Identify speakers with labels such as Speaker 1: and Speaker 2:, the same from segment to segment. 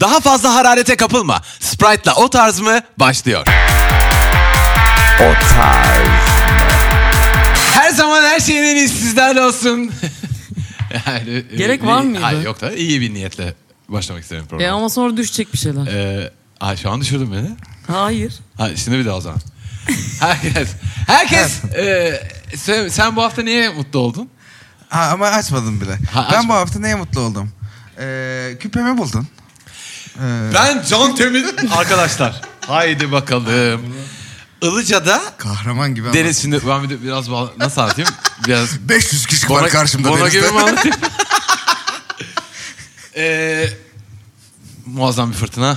Speaker 1: Daha fazla hararete kapılma. Sprite'la o tarz mı başlıyor.
Speaker 2: O tarz.
Speaker 1: Her zaman her şeyin en iyisi sizlerle olsun. Yani,
Speaker 3: Gerek
Speaker 1: e,
Speaker 3: var
Speaker 1: iyi-
Speaker 3: mıydı?
Speaker 1: Hayır yok da iyi bir niyetle başlamak istedim
Speaker 3: E
Speaker 1: programı.
Speaker 3: ama sonra düşecek bir şeyler.
Speaker 1: Ee, ay şu an düşürdün beni.
Speaker 3: Hayır.
Speaker 1: Ha, şimdi bir daha o zaman. Herkes, herkes e, sen, sen bu hafta niye mutlu oldun?
Speaker 2: Ha, ama açmadım bile.
Speaker 1: Ha,
Speaker 2: ben bu
Speaker 1: açmadım.
Speaker 2: hafta neye mutlu oldum? Ee, küpemi buldun. Ee,
Speaker 1: Ben Can Temiz arkadaşlar. Haydi bakalım. Ilıca'da
Speaker 2: kahraman gibi ama.
Speaker 1: deniz şimdi ben bir de biraz bağla- nasıl anlatayım? Biraz
Speaker 2: 500 kişi var karşımda
Speaker 1: Bona
Speaker 2: denizde.
Speaker 1: gibi mi anlatayım? Ee, muazzam bir fırtına.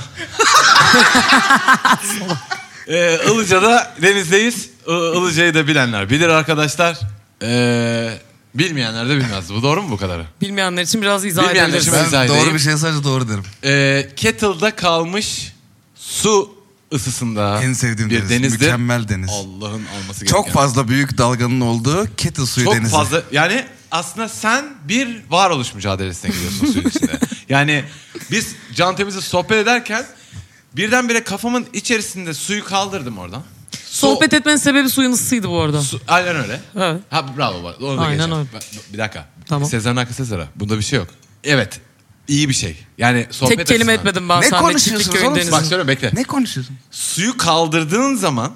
Speaker 1: ee, Ilıca'da denizdeyiz. I- Ilıca'yı da bilenler bilir arkadaşlar. Ee, bilmeyenler de bilmez. Bu doğru mu bu kadarı?
Speaker 3: Bilmeyenler için biraz izah
Speaker 1: Bilmeyenler
Speaker 3: edebiliriz.
Speaker 1: için-
Speaker 2: ben
Speaker 1: izah edeyim.
Speaker 2: doğru bir şey sadece doğru derim.
Speaker 1: Ee, kettle'da kalmış su ısısında
Speaker 2: En sevdiğim
Speaker 1: bir
Speaker 2: deniz.
Speaker 1: denizdir.
Speaker 2: Mükemmel deniz.
Speaker 1: Allah'ın alması
Speaker 2: Çok
Speaker 1: gereken.
Speaker 2: fazla büyük dalganın olduğu kettle suyu
Speaker 1: Çok
Speaker 2: denizi.
Speaker 1: fazla yani aslında sen bir varoluş mücadelesine giriyorsun suyun içinde. Yani biz Can Temiz'le sohbet ederken birdenbire kafamın içerisinde suyu kaldırdım oradan.
Speaker 3: Sohbet etmenin sebebi suyun ısısıydı bu arada.
Speaker 1: Su, aynen öyle.
Speaker 3: Evet.
Speaker 1: Ha bravo. bak, Onu da
Speaker 3: Aynen
Speaker 1: geçelim.
Speaker 3: öyle.
Speaker 1: Ben- Bir dakika.
Speaker 3: Tamam.
Speaker 1: Sezar'ın hakkı Sezar'a. Bunda bir şey yok. Evet. İyi bir şey. Yani sohbet
Speaker 3: Tek kelime
Speaker 1: açısından.
Speaker 3: etmedim ben
Speaker 2: Ne
Speaker 3: sana.
Speaker 2: konuşuyorsunuz
Speaker 3: Çiftlik köyün
Speaker 2: oğlum?
Speaker 1: Bak
Speaker 3: denizin.
Speaker 1: söyle bekle.
Speaker 2: Ne konuşuyorsun?
Speaker 1: Suyu kaldırdığın zaman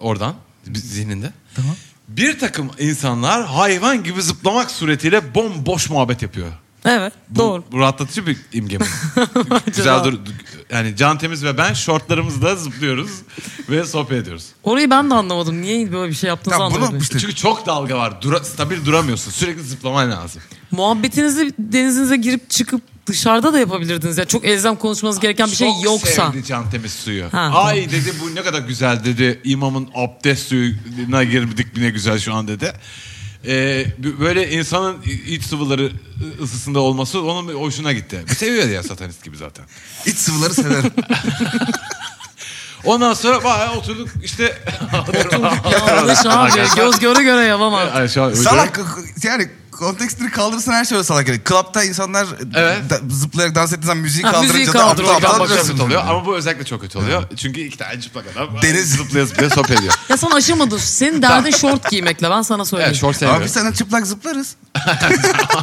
Speaker 1: oradan zihninde.
Speaker 2: Tamam.
Speaker 1: Bir takım insanlar hayvan gibi zıplamak suretiyle bomboş muhabbet yapıyor.
Speaker 3: Evet
Speaker 1: Bu,
Speaker 3: doğru.
Speaker 1: Bu rahatlatıcı bir imge mi? Güzel dur. Yani Can Temiz ve ben şortlarımızda zıplıyoruz ve sohbet ediyoruz.
Speaker 3: Orayı ben de anlamadım. Niye böyle bir şey yaptığınızı
Speaker 2: Ya bunu
Speaker 3: anlamadım.
Speaker 2: işte
Speaker 1: Çünkü çok dalga var. Dura, stabil duramıyorsun. Sürekli zıplaman lazım.
Speaker 3: Muhabbetinizi denizinize girip çıkıp dışarıda da yapabilirdiniz. ya çok elzem konuşmanız gereken bir şey
Speaker 1: çok
Speaker 3: yoksa.
Speaker 1: sevdi Can Temiz suyu.
Speaker 3: tamam.
Speaker 1: Ay dedi bu ne kadar güzel dedi. İmamın abdest suyuna girdik ne güzel şu an dedi. Ee, b- böyle insanın i- iç sıvıları ı- ısısında olması onun bir hoşuna gitti. Seviyor ya satanist gibi zaten.
Speaker 2: İç sıvıları severim.
Speaker 1: Ondan sonra bayağı oturduk işte.
Speaker 3: Ya arkadaş abi göz göre göre yapamam.
Speaker 1: Ay, şu an-
Speaker 2: salak yani kontekstini kaldırırsan her şey öyle salak. Yani club'da insanlar
Speaker 1: Evet.
Speaker 2: da- zıplayarak dans ettiği zaman müziği
Speaker 3: Ha,
Speaker 2: kaldırınca
Speaker 3: müziği
Speaker 2: da
Speaker 3: kaldırıyor.
Speaker 1: Aptal
Speaker 2: aptal aptal
Speaker 1: bakıyor
Speaker 2: diyorsun.
Speaker 1: kötü oluyor ama bu özellikle çok kötü oluyor. Çünkü iki tane çıplak adam
Speaker 2: Deniz-
Speaker 1: zıplaya zıplaya sohbet ediyor.
Speaker 3: Ya sen aşamadın. Senin derdin şort giymekle ben sana söyleyeyim.
Speaker 1: Evet şort
Speaker 2: Abi
Speaker 1: sevmiyor.
Speaker 2: biz senden çıplak zıplarız.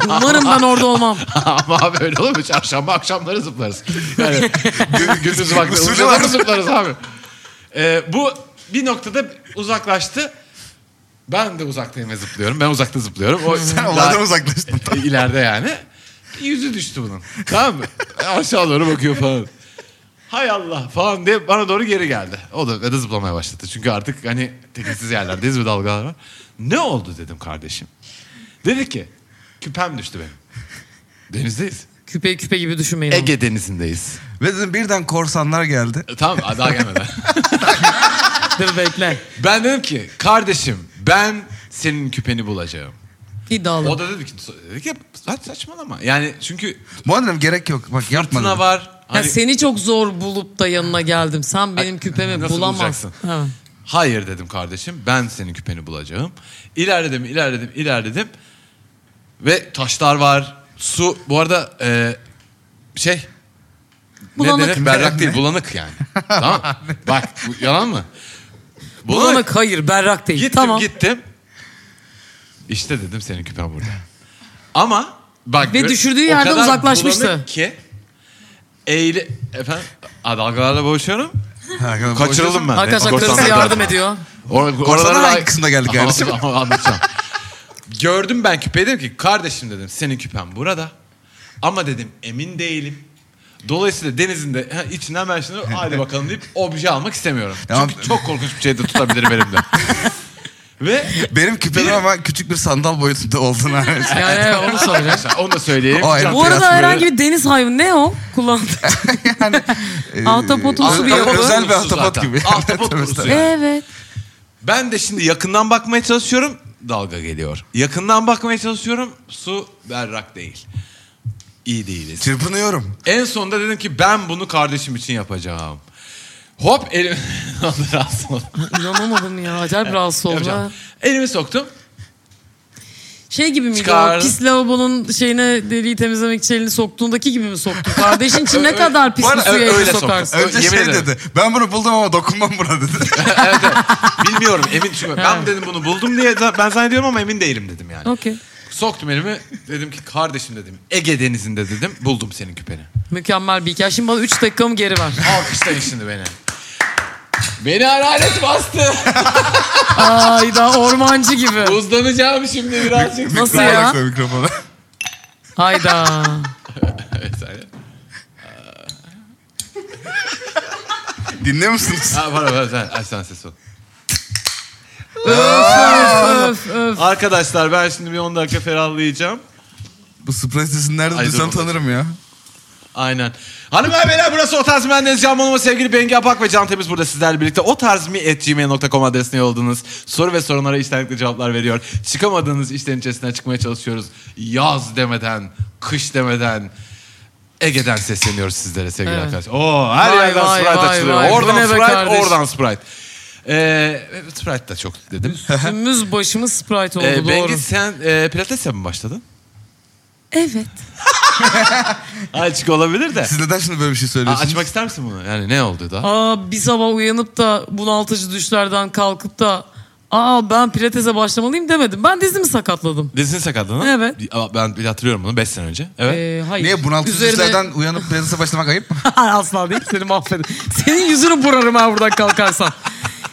Speaker 3: Umarım ben orada olmam.
Speaker 1: Ama abi öyle olur mu? Çarşamba akşamları zıplarız. Yani gün- gündüz vakti
Speaker 2: Usulü
Speaker 1: Ilıca'da
Speaker 2: var.
Speaker 1: mı zıplarız abi. Ee, bu bir noktada uzaklaştı. Ben de uzaktayım ve zıplıyorum. Ben uzakta zıplıyorum. O
Speaker 2: Sen olaydan uzaklaştın.
Speaker 1: E, ileride yani. Yüzü düştü bunun. Tamam mı? E, Aşağı doğru bakıyor falan. Hay Allah falan diye bana doğru geri geldi. O da, ve de zıplamaya başladı. Çünkü artık hani tekinsiz yerlerdeyiz ve dalgalar var. Ne oldu dedim kardeşim. Dedi ki küpem düştü benim. Denizdeyiz.
Speaker 3: Küpe küpe gibi düşünmeyin. ama.
Speaker 1: Ege denizindeyiz.
Speaker 2: Ve dedim birden korsanlar geldi.
Speaker 1: E, Tamam daha gelmeden.
Speaker 3: Dur bekle.
Speaker 1: ben dedim ki kardeşim ben senin küpeni bulacağım.
Speaker 3: İddialı.
Speaker 1: O da dedi ki, dedi ki "Sa- saçmalama. Yani çünkü
Speaker 2: Bu arada dedim, gerek yok. Bak yapma.
Speaker 1: fırtına
Speaker 2: dedim.
Speaker 1: var.
Speaker 3: Ya
Speaker 1: Hani,
Speaker 3: seni çok zor bulup da yanına geldim. Sen benim küpemi
Speaker 1: nasıl
Speaker 3: bulamazsın.
Speaker 1: bulacaksın?
Speaker 3: Evet.
Speaker 1: Hayır dedim kardeşim ben senin küpeni bulacağım. İlerledim ilerledim ilerledim. Ve taşlar var. Su bu arada e, şey
Speaker 3: Bulanık.
Speaker 1: ne denir? Berrak değil bulanık yani. tamam. Bak bu, yalan mı?
Speaker 3: Bulanık hayır berrak değil.
Speaker 1: Gittim
Speaker 3: tamam.
Speaker 1: gittim. İşte dedim senin küpen burada. Ama bak
Speaker 3: Ve
Speaker 1: gö-
Speaker 3: düşürdüğü
Speaker 1: o
Speaker 3: yerden
Speaker 1: kadar
Speaker 3: uzaklaşmıştı.
Speaker 1: bulanık ki eğili efendim a, dalgalarla boğuşuyorum.
Speaker 2: Ha,
Speaker 1: Kaçırıldım ben.
Speaker 3: Arkadaşlar
Speaker 1: Korsanlar
Speaker 3: karısı yardım
Speaker 1: zaten.
Speaker 3: ediyor.
Speaker 1: Or
Speaker 2: Korsanlar
Speaker 1: oralara-
Speaker 2: hangi kısımda geldik yani?
Speaker 1: Ama- ama anlatacağım. Gördüm ben küpeyi dedim ki kardeşim dedim senin küpen burada. Ama dedim emin değilim. Dolayısıyla denizin de ha, içinden ben şimdi hadi bakalım deyip obje almak istemiyorum.
Speaker 2: Tamam.
Speaker 1: Çünkü çok korkunç bir şey de tutabilirim elimde. Ve
Speaker 2: Benim küpelerim ama küçük bir sandal boyutunda olduğunu
Speaker 3: Yani evet, onu söyle.
Speaker 1: arkadaşlar onu da söyleyeyim.
Speaker 2: O ayrı.
Speaker 3: Bu arada
Speaker 2: Hatırlasın
Speaker 3: herhangi
Speaker 2: böyle.
Speaker 3: bir deniz hayvanı ne o? Kullandı.
Speaker 1: e,
Speaker 3: Ahtapotumsu
Speaker 1: Ahtapotumsu
Speaker 3: bir yapı.
Speaker 2: Özel bir
Speaker 1: zaten.
Speaker 2: ahtapot gibi.
Speaker 1: Ahtapot kurusu.
Speaker 2: Evet.
Speaker 3: Evet.
Speaker 1: Ben de şimdi yakından bakmaya çalışıyorum. Dalga geliyor. Yakından bakmaya çalışıyorum. Su berrak değil. İyi değiliz.
Speaker 2: Çırpınıyorum.
Speaker 1: En sonunda dedim ki ben bunu kardeşim için yapacağım. Hop elim... Rahatsız oldum.
Speaker 3: İnanamadım ya. Acayip rahatsız oldum.
Speaker 1: Yapacağım. Elimi soktum.
Speaker 3: Şey gibi miydi
Speaker 1: Çıkar.
Speaker 3: o pis lavabonun şeyine deliği temizlemek için elini soktuğundaki gibi mi soktun? Kardeşin için ne
Speaker 1: Öyle-
Speaker 3: kadar pis
Speaker 1: Var,
Speaker 3: bir suya
Speaker 1: öyle
Speaker 3: elini
Speaker 1: soktum.
Speaker 3: sokarsın?
Speaker 1: Ö-
Speaker 2: Önce
Speaker 1: yemin
Speaker 2: şey
Speaker 1: ederim.
Speaker 2: dedi. Ben bunu buldum ama dokunmam buna dedi.
Speaker 1: Bilmiyorum emin çünkü ben dedim bunu buldum diye za- ben zannediyorum ama emin değilim dedim yani.
Speaker 3: Okey.
Speaker 1: Soktum elimi dedim ki kardeşim dedim Ege denizinde dedim buldum senin küpeni.
Speaker 3: Mükemmel bir hikaye. Şimdi bana 3 dakikamı geri ver.
Speaker 1: Alkışlayın şimdi beni. Beni hararet bastı.
Speaker 3: Ay daha ormancı gibi.
Speaker 1: Uzlanacağım şimdi birazcık.
Speaker 3: Nasıl
Speaker 2: Mikrofona
Speaker 3: ya?
Speaker 2: bak sen mikrofona.
Speaker 3: Hayda.
Speaker 1: Evet, aynen.
Speaker 2: Dinliyor musunuz?
Speaker 1: Ha, var, var, sen, ay, sen ses ol.
Speaker 3: öf öf.
Speaker 1: Arkadaşlar ben şimdi bir 10 dakika ferahlayacağım.
Speaker 2: Bu sprey sesini nereden
Speaker 1: Ay, dur
Speaker 2: duysam
Speaker 1: bakalım.
Speaker 2: tanırım ya.
Speaker 1: Aynen. Hanımlar beyler burası O Tarz Mühendis Can Bonomo sevgili Bengi Apak ve Can Temiz burada sizlerle birlikte. O tarz mi at gmail.com adresine yolladınız. Soru ve sorunlara içtenlikle cevaplar veriyor. Çıkamadığınız işlerin içerisine çıkmaya çalışıyoruz. Yaz demeden, kış demeden, Ege'den sesleniyoruz sizlere sevgili
Speaker 3: Evet.
Speaker 1: arkadaşlar. Oo, her
Speaker 3: Vay,
Speaker 1: yerden
Speaker 3: vay,
Speaker 1: Sprite
Speaker 3: vay,
Speaker 1: açılıyor.
Speaker 3: vay. Bu
Speaker 1: Oradan
Speaker 3: ne be
Speaker 1: Sprite,
Speaker 3: kardeş?
Speaker 1: oradan Sprite. Ee, Sprite da çok dedim.
Speaker 3: Üstümüz başımız Sprite oldu
Speaker 1: Ee,
Speaker 3: doğru.
Speaker 1: Bengi sen e, pilatesle mi başladın?
Speaker 3: Evet.
Speaker 1: Açık olabilir de.
Speaker 2: Siz neden şimdi böyle bir şey
Speaker 1: Aa,
Speaker 2: söylüyorsunuz?
Speaker 1: açmak ister misin bunu? Yani ne oldu da?
Speaker 3: Aa, bir sabah uyanıp da bunaltıcı düşlerden kalkıp da aa ben pilatese başlamalıyım demedim. Ben dizimi sakatladım.
Speaker 1: Dizini sakatladın.
Speaker 3: Evet.
Speaker 1: Ama Ben bile hatırlıyorum bunu 5 sene önce. Evet.
Speaker 3: Ee, hayır.
Speaker 2: Niye bunaltıcı
Speaker 3: Üzerine-
Speaker 2: işlerden uyanıp pilatese başlamak ayıp mı?
Speaker 3: Asla değil seni mahvederim. Senin yüzünü burarım ha buradan kalkarsan.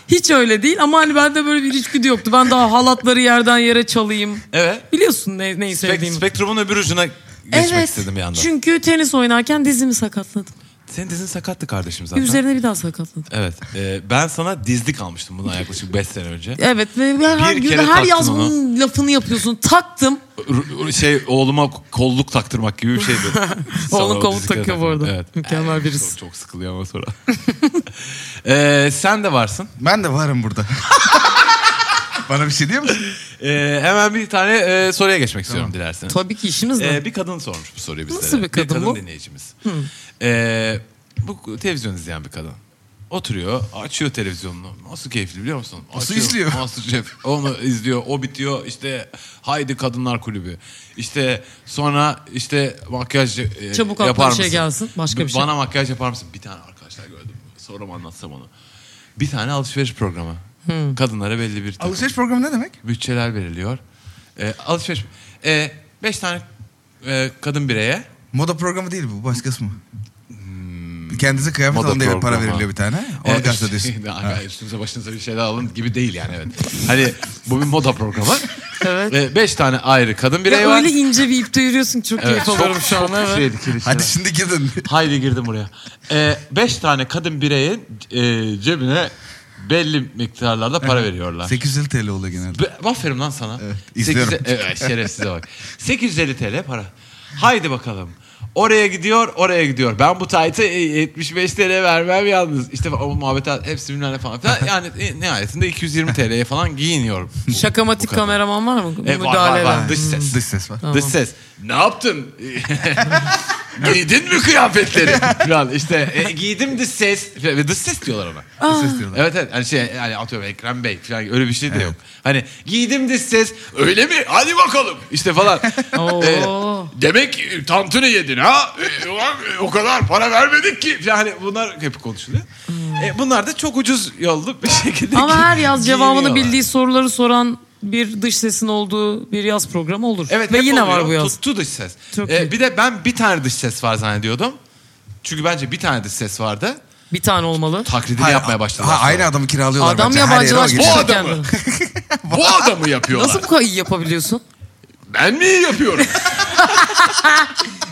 Speaker 3: Hiç öyle değil ama hani bende böyle bir içgüdü yoktu. Ben daha halatları yerden yere çalayım.
Speaker 1: evet.
Speaker 3: Biliyorsun ne, neyi
Speaker 1: Spek-
Speaker 3: sevdiğimi.
Speaker 1: spektrumun öbür ucuna geçmek
Speaker 3: Evet.
Speaker 1: istedim bir yandan.
Speaker 3: Çünkü tenis oynarken dizimi sakatladım.
Speaker 1: Senin dizin sakattı kardeşim zaten.
Speaker 3: Üzerine bir daha sakatladım.
Speaker 1: Evet. Ee, ben sana dizlik almıştım bundan yaklaşık 5 sene önce.
Speaker 3: Evet ve her, her,
Speaker 1: kere
Speaker 3: her yaz
Speaker 1: taktın onu.
Speaker 3: bunun lafını yapıyorsun. Taktım.
Speaker 1: R- r- şey oğluma kolluk taktırmak gibi bir şeydi. Sonra
Speaker 3: Oğlum
Speaker 1: o
Speaker 3: kolluk
Speaker 1: dizlikleri
Speaker 3: takıyor bu
Speaker 1: takmak.
Speaker 3: arada. Mükemmel
Speaker 1: Evet,
Speaker 3: birisi.
Speaker 1: Çok, çok sıkılıyor ama sonra. Ee, sen de varsın.
Speaker 2: Ben de varım burada. Bana bir şey diyor musun?
Speaker 1: Ee, hemen bir tane e, soruya geçmek istiyorum dilerseniz.
Speaker 3: Tabii ki işimiz ne?
Speaker 1: Ee, bir kadın sormuş bu soruyu bizlere.
Speaker 3: Nasıl bir kadın bu?
Speaker 1: dinleyicimiz. Ee, bu televizyon izleyen bir kadın. Oturuyor, açıyor televizyonunu. Nasıl keyifli biliyor musun?
Speaker 2: Nasıl
Speaker 1: Açıyor,
Speaker 2: izliyor?
Speaker 1: Masterchef. Onu izliyor, o bitiyor. İşte Haydi Kadınlar Kulübü. İşte sonra işte makyaj e,
Speaker 3: Çabuk akla
Speaker 1: yapar
Speaker 3: bir şey
Speaker 1: mısın?
Speaker 3: gelsin, başka bir şey.
Speaker 1: Bana makyaj yapar mısın? Bir tane arkadaşlar gördüm. Sonra mı anlatsam onu? Bir tane alışveriş programı. Kadınlara belli bir takım
Speaker 2: Alışveriş programı ne demek?
Speaker 1: bütçeler veriliyor. E, alışveriş. E, beş tane e, kadın bireye
Speaker 2: Moda programı değil bu. Başkası mı? Kendinize kıyafet
Speaker 1: Moda
Speaker 2: alın diye bir para
Speaker 1: programı.
Speaker 2: veriliyor bir tane. Onu
Speaker 1: e,
Speaker 2: gazete diyorsun.
Speaker 1: şey, daha- üstünüze başınıza bir şeyler alın gibi değil yani evet. hani bu bir moda programı.
Speaker 3: Evet.
Speaker 1: E, beş tane ayrı kadın birey
Speaker 3: Ya
Speaker 1: şey var.
Speaker 3: öyle ince bir ipte yürüyorsun ki çok şey-
Speaker 1: Evet,
Speaker 3: keyif alıyorum şu an. Evet.
Speaker 1: şeydi, kirli şeyler.
Speaker 2: Hadi şimdi gidin.
Speaker 1: Haydi girdim buraya. E, beş tane kadın bireyin e, cebine belli miktarlarda para veriyorlar.
Speaker 2: 850 TL oluyor genelde.
Speaker 1: Be, aferin lan sana.
Speaker 2: Evet, izliyorum.
Speaker 1: Sekize- evet, şerefsize bak. 850 TL para. Haydi bakalım. Oraya gidiyor, oraya gidiyor. Ben bu taytı e, 75 TL vermem yalnız. İşte o muhabbet hepsi bilmem ne falan filan. Yani e, nihayetinde 220 TL'ye falan giyiniyor. Bu-
Speaker 3: Şakamatik
Speaker 1: bu kadın.
Speaker 3: kameraman var mı?
Speaker 1: E, var, var,
Speaker 3: Müdahale
Speaker 1: var.
Speaker 3: eden.
Speaker 1: Dış ses.
Speaker 2: Dış ses var.
Speaker 1: Dış ses. Ne yaptın? Giydin mi kıyafetleri? Falan işte e, giydim dış ses. Ve dış ses diyorlar ona.
Speaker 2: Dış ses diyorlar.
Speaker 1: Evet evet. Hani şey yani atıyorum Ekrem Bey falan öyle bir şey de yok. Hani giydim diz ses öyle mi? Hadi bakalım işte falan.
Speaker 3: Oo.
Speaker 1: Ee, demek ki tantuni yedin ha? Ee, ulan, e, o kadar para vermedik ki. Falan Hani bunlar hep konuşuluyor. E, bunlar da çok ucuz yollu bir şekilde.
Speaker 3: Hmm. Ama her yaz cevabını
Speaker 1: giyiniyorlar.
Speaker 3: bildiği soruları soran bir dış sesin olduğu bir yaz programı olur.
Speaker 1: Evet
Speaker 3: Ve
Speaker 1: hep
Speaker 3: yine
Speaker 1: oluyor.
Speaker 3: var bu yaz.
Speaker 1: Tuttu dış ses.
Speaker 3: Çok
Speaker 1: Ee,
Speaker 3: iyi.
Speaker 1: bir de ben bir tane dış ses var zannediyordum. Çünkü bence bir tane dış ses vardı.
Speaker 3: Bir tane olmalı.
Speaker 1: Taklidini
Speaker 2: Hayır,
Speaker 1: yapmaya başladılar.
Speaker 2: Ha, aynı adamı kiralıyorlar.
Speaker 3: Adam
Speaker 2: bence. Her yere o
Speaker 3: yabancılaşmış.
Speaker 1: Bu
Speaker 2: geçiyor.
Speaker 3: Kendi
Speaker 1: adamı.
Speaker 3: kendine.
Speaker 1: Bu adamı yapıyorlar.
Speaker 3: Nasıl bu kadar iyi yapabiliyorsun?
Speaker 1: Ben mi iyi yapıyorum?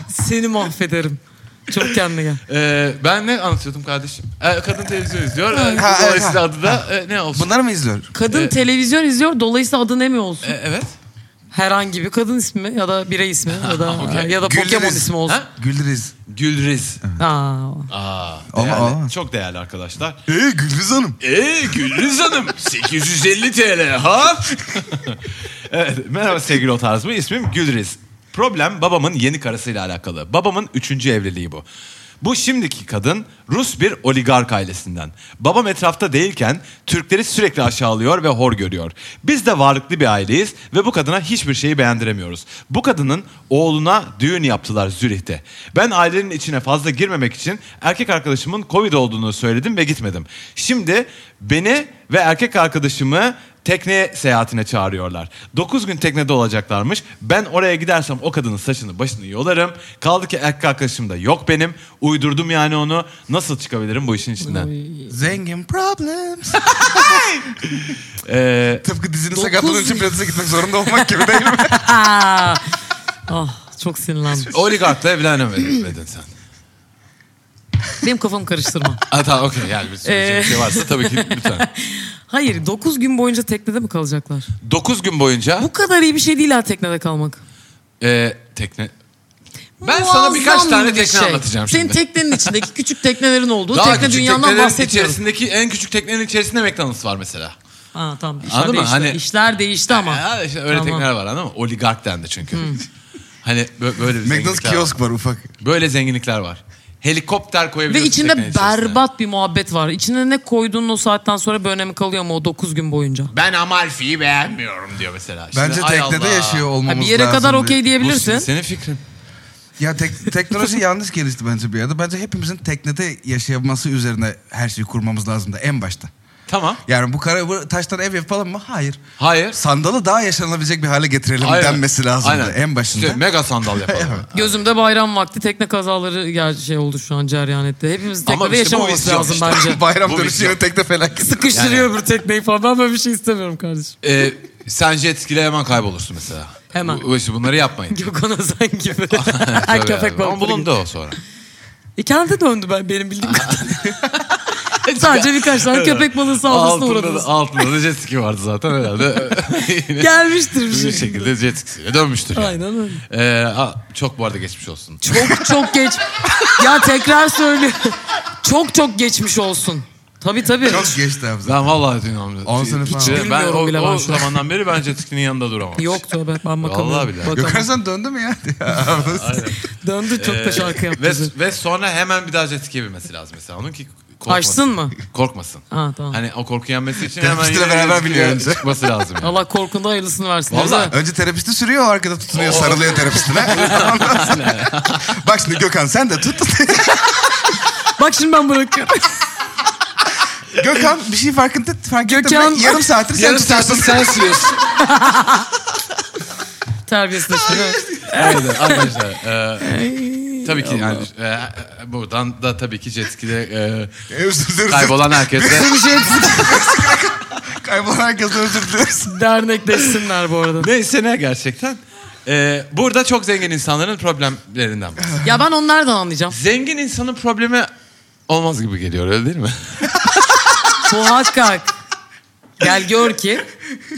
Speaker 3: Seni mahvederim. Çok kendine gel.
Speaker 1: Ee, ben ne anlatıyordum kardeşim? Ee, kadın televizyon izliyor. Ee,
Speaker 2: Ha, evet,
Speaker 1: Dolayısıyla adı da e, ne olsun?
Speaker 2: Bunları mı izliyor?
Speaker 3: Kadın
Speaker 1: Ee,
Speaker 3: televizyon izliyor dolayısıyla adı ne mi olsun?
Speaker 1: Ee, evet.
Speaker 3: Herhangi bir kadın ismi ya da birey ismi ya da
Speaker 1: okey.
Speaker 3: ya da Pokemon
Speaker 2: Güldünüz.
Speaker 3: ismi olsun.
Speaker 1: Ha?
Speaker 2: Güldüriz.
Speaker 1: Gülriz.
Speaker 3: Aa,
Speaker 1: Aa,
Speaker 2: Ama-
Speaker 1: değerli.
Speaker 2: ama.
Speaker 1: Çok değerli arkadaşlar.
Speaker 2: Ee Gülriz Hanım.
Speaker 1: Ee Gülriz Hanım 850 TL ha? evet, merhaba sevgili o tarz mı? İsmim Gülriz. Problem babamın yeni karısıyla alakalı. Babamın üçüncü evliliği bu. Bu şimdiki kadın Rus bir oligark ailesinden. Babam etrafta değilken Türkleri sürekli aşağılıyor ve hor görüyor. Biz de varlıklı bir aileyiz ve bu kadına hiçbir şeyi beğendiremiyoruz. Bu kadının oğluna düğün yaptılar Zürih'te. Ben ailenin içine fazla girmemek için erkek arkadaşımın Covid olduğunu söyledim ve gitmedim. Şimdi beni ve erkek arkadaşımı tekne seyahatine çağırıyorlar. 9 gün teknede olacaklarmış. Ben oraya gidersem o kadının saçını başını yolarım. Kaldı ki erkek arkadaşım da yok benim. Uydurdum yani onu. Nasıl çıkabilirim bu işin içinden?
Speaker 2: Zengin problems.
Speaker 1: Ee,
Speaker 2: Tıpkı dizinin
Speaker 3: Dokuz-
Speaker 2: sakatlığı için pilatese gitmek zorunda olmak gibi değil mi?
Speaker 3: Aa, ah çok sinirlendim.
Speaker 1: oligarkla evlenemedin sen.
Speaker 3: Benim kafamı karıştırma.
Speaker 1: Ha, tamam okey yani bir söyleyeceğim bir şey varsa tabii ki lütfen.
Speaker 3: Hayır 9 gün boyunca teknede mi kalacaklar?
Speaker 1: 9 gün boyunca
Speaker 3: Bu kadar iyi bir şey değil ha teknede kalmak.
Speaker 1: ee, tekne... Ben sana birkaç
Speaker 3: Muazzam
Speaker 1: tane
Speaker 3: bir şey.
Speaker 1: tekne anlatacağım
Speaker 3: Senin
Speaker 1: şimdi.
Speaker 3: teknenin içindeki küçük teknelerin olduğu
Speaker 1: Daha
Speaker 3: tekne
Speaker 1: küçük
Speaker 3: dünyandan
Speaker 1: teknelerin
Speaker 3: bahsetmiyorum.
Speaker 1: içerisindeki en küçük teknenin içerisinde McDonald's var mesela.
Speaker 3: Ha tamam işler
Speaker 1: Anladın mı?
Speaker 3: değişti.
Speaker 1: Hani-
Speaker 3: İşler değişti ama.
Speaker 1: Ya işte öyle
Speaker 3: Tamam. Hmm.
Speaker 1: tekneler var anladın mı? Oligark dendi çünkü. hani bö- böyle bir
Speaker 2: McDonald's
Speaker 1: zenginlikler
Speaker 2: kiosk var ufak.
Speaker 1: var. Böyle zenginlikler var. Helikopter
Speaker 3: Ve
Speaker 1: koyabiliyorsun teknenin
Speaker 3: içinde
Speaker 1: içerisine.
Speaker 3: berbat bir muhabbet var. İçine ne koyduğun o saatten sonra bir önemi kalıyor mu o 9 gün boyunca?
Speaker 1: Ben Amalfi'yi beğenmiyorum diyor mesela. Şimdi,
Speaker 2: Bence
Speaker 1: ay
Speaker 2: teknede
Speaker 1: Allah.
Speaker 2: yaşıyor
Speaker 3: Ha,
Speaker 2: olmamız
Speaker 3: bir yere
Speaker 2: lazım
Speaker 3: kadar
Speaker 2: diye.
Speaker 3: okey
Speaker 1: Bu senin-
Speaker 3: diyebilirsin.
Speaker 1: Senin fikrin.
Speaker 2: Ya tek- teknoloji yanlış gelişti bence bir yerde. Bence hepimizin teknede yaşaması üzerine her şeyi kurmamız lazım da en başta.
Speaker 1: Tamam.
Speaker 2: Yani bu, kara, bu taştan ev yapalım mı? Hayır.
Speaker 1: Hayır.
Speaker 2: Sandalı daha yaşanabilecek bir hale getirelim
Speaker 1: Aynen.
Speaker 2: denmesi lazım
Speaker 1: Aynen.
Speaker 2: en başında.
Speaker 1: İşte mega sandal yapalım.
Speaker 3: Gözümde bayram vakti tekne kazaları ger- şey oldu şu an cereyan etti. Hepimiz teknede
Speaker 1: Ama işte bu
Speaker 3: yaşamamız
Speaker 1: vizyon
Speaker 3: lazım
Speaker 1: işte.
Speaker 3: bence.
Speaker 2: Bayram
Speaker 1: Bu
Speaker 2: dönüşü
Speaker 1: vizyon.
Speaker 2: yine tekne felaket.
Speaker 3: Sıkıştırıyor bir tekneyi falan. Ben böyle bir şey istemiyorum kardeşim.
Speaker 1: ee, sen jet ski'yle hemen kaybolursun mesela.
Speaker 3: Hemen.
Speaker 1: Bu, işte bunları yapmayın.
Speaker 3: Gökhan Özen gibi.
Speaker 1: Tabii
Speaker 3: Ay köpek
Speaker 1: yani. Ama
Speaker 3: balıkları
Speaker 1: bulundu o sonra.
Speaker 3: gibi. E kendi döndü ben benim bildiğim kadarıyla. Sadece birkaç tane köpek balığı saldırısına
Speaker 1: altında, da,
Speaker 3: uğradınız.
Speaker 1: altında da jet ski vardı zaten herhalde. Yine-
Speaker 3: Gelmiştir bir
Speaker 1: bir
Speaker 3: şey.
Speaker 1: şekilde jet ski'ye dönmüştür. yani.
Speaker 3: Aynen öyle.
Speaker 1: Ee, a- çok bu arada geçmiş olsun.
Speaker 3: Çok çok geç. ya tekrar söylüyorum. Çok çok geçmiş olsun. Tabii tabii.
Speaker 2: Çok geçti abi.
Speaker 1: Ben vallahi duymadım.
Speaker 2: On sene falan. Hiç
Speaker 1: Ben
Speaker 3: bilmiyorum
Speaker 1: o,
Speaker 3: bile ben
Speaker 1: o
Speaker 3: şu an.
Speaker 1: zamandan beri ben jet ski'nin yanında duramam.
Speaker 3: Yok tövbe ben bakamıyorum.
Speaker 1: Vallahi billahi.
Speaker 3: Bakamam.
Speaker 2: Gökhan sen döndü mü ya?
Speaker 3: Döndü çok da şarkı yaptı.
Speaker 1: Ee, Ve, ve sonra hemen bir daha jet ski'ye binmesi lazım mesela. Onun ki korkmasın.
Speaker 3: Açsın mı?
Speaker 1: Korkmasın.
Speaker 3: Ha, tamam.
Speaker 1: Hani o korku yenmesi için hemen
Speaker 2: Terapistle
Speaker 1: yine
Speaker 2: beraber
Speaker 1: jet ski'ye
Speaker 2: biniyor önce.
Speaker 1: çıkması lazım. yani.
Speaker 3: Allah korkunda hayırlısını versin.
Speaker 1: Vallahi.
Speaker 3: Yoksa
Speaker 2: Önce terapisti sürüyor o arkada tutunuyor sarılıyor terapistine. Bak şimdi Gökhan sen de tut.
Speaker 3: Bak şimdi ben bırakıyorum.
Speaker 2: Gökhan bir şey farkında fark etti.
Speaker 3: Gökhan-
Speaker 2: mi? yarım saattir sen
Speaker 1: Yarım
Speaker 2: tutuyorsun.
Speaker 1: saattir sen sürüyorsun.
Speaker 3: Terbiyesizleşti.
Speaker 1: Aynen arkadaşlar. e, tabii ki yani e, buradan da tabii ki jet ski'de e,
Speaker 2: Özür dileriz.
Speaker 1: kaybolan herkese
Speaker 3: Bir şey
Speaker 2: Kaybolan herkese özür dileriz.
Speaker 3: dernekleşsinler bu arada.
Speaker 1: Neyse ne gerçekten. Ee, burada çok zengin insanların problemlerinden bahsediyor.
Speaker 3: Ya ben onlardan anlayacağım.
Speaker 1: Zengin insanın problemi olmaz gibi geliyor öyle değil mi?
Speaker 3: Muhakkak. Gel gör ki.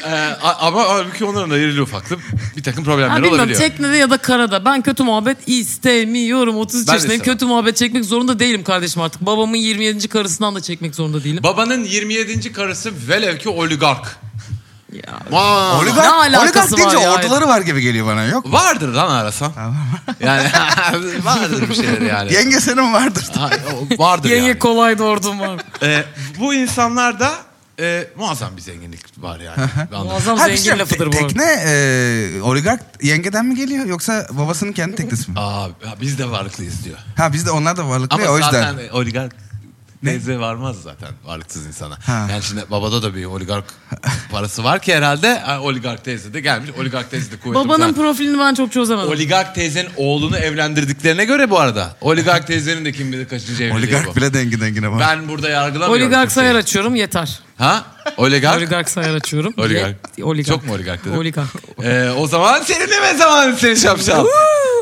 Speaker 1: Ee, a- ama halbuki onların da irili ufaklı bir takım
Speaker 3: Ha,
Speaker 1: problemleri
Speaker 3: bilmiyorum
Speaker 1: olabiliyor.
Speaker 3: teknede ya da karada. Ben kötü muhabbet istemiyorum. 33
Speaker 1: Ben de
Speaker 3: yaşındayım.
Speaker 1: istemem.
Speaker 3: Kötü muhabbet çekmek zorunda değilim kardeşim artık. Babamın 27. karısından da çekmek zorunda değilim.
Speaker 1: Babanın 27. karısı velev ki oligark.
Speaker 3: Ya.
Speaker 1: Vay.
Speaker 2: Oligark,
Speaker 3: Ne alakası
Speaker 2: oligark
Speaker 3: var
Speaker 2: deyince
Speaker 3: ya?
Speaker 2: orduları var gibi geliyor bana yok.
Speaker 1: Vardır lan arasan. yani vardır bir şeyler yani.
Speaker 2: Yenge senin vardır.
Speaker 1: Ha, o- vardır
Speaker 3: Yenge
Speaker 1: yani.
Speaker 3: kolay doğurdum var.
Speaker 1: Ee, bu insanlarda e, muazzam bir zenginlik var yani.
Speaker 3: Muazzam
Speaker 2: Ha, bir
Speaker 3: zengin
Speaker 2: şey yok.
Speaker 3: lafıdır bu.
Speaker 2: Te- Tekne e, oligark yengeden mi geliyor yoksa babasının kendi teknesi mi?
Speaker 1: Aa, ya biz de varlıklıyız diyor.
Speaker 2: Ha bizde onlar da varlıklı
Speaker 1: Ama
Speaker 2: ya, o yüzden.
Speaker 1: zaten oligark teyze varmaz zaten varlıksız insana.
Speaker 2: Ha.
Speaker 1: Yani şimdi babada da bir oligark parası var ki herhalde ha, oligark teyze de gelmiş. Oligark teyze de kuvvetli. bir
Speaker 3: Babanın
Speaker 1: tane.
Speaker 3: profilini ben çok çözemedim.
Speaker 1: Oligark teyzenin oğlunu evlendirdiklerine göre bu arada. Oligark teyzenin de kim bilir kaçıncı evliliği bu.
Speaker 2: Oligark bile dengi dengine var.
Speaker 1: Ben burada yargılamıyorum.
Speaker 3: Oligark
Speaker 1: kimseyi.
Speaker 3: sayar açıyorum yeter.
Speaker 1: Ha? Oligark?
Speaker 3: Oligark sayar açıyorum.
Speaker 1: Oligark.
Speaker 3: Yet- oligark.
Speaker 1: Çok mu oligark dedim?
Speaker 3: Oligark.
Speaker 1: Ee, o zaman seninleme zamanı senin şapşal.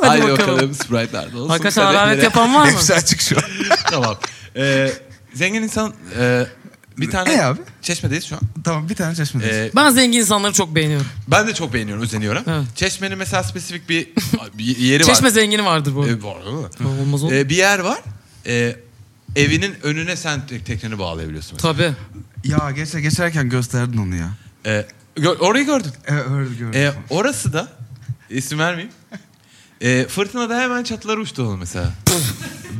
Speaker 3: hadi
Speaker 1: Hadi
Speaker 3: bakalım.
Speaker 1: bakalım. Sprite'lar da olsun.
Speaker 3: Arkadaşlar
Speaker 1: kadehlere.
Speaker 3: hararet yapan var mı?
Speaker 2: Hepsi açık şu an.
Speaker 1: tamam. Ee, zengin insan e, bir tane
Speaker 2: E abi?
Speaker 1: çeşmedeyiz şu an.
Speaker 2: tamam bir tane çeşmedeyiz.
Speaker 1: Ee,
Speaker 3: Ben zengin insanları çok beğeniyorum.
Speaker 1: ben de çok beğeniyorum, özeniyorum.
Speaker 3: Evet.
Speaker 1: Çeşmenin mesela spesifik bir, bir yeri var.
Speaker 3: Çeşme zengini vardır bu.
Speaker 1: Ee, var değil mi?
Speaker 3: Olmaz olur.
Speaker 1: Ee, bir yer var. Ee, evinin önüne sen tek tekneni bağlayabiliyorsun. mesela.
Speaker 3: Tabii.
Speaker 2: Ya geçer, geçerken gösterdin onu ya.
Speaker 1: Ee, gö- orayı gördüm.
Speaker 2: E, öyle gördüm.
Speaker 1: Ee, orası da isim vermeyeyim. E, fırtınada hemen çatıları uçtu onun mesela.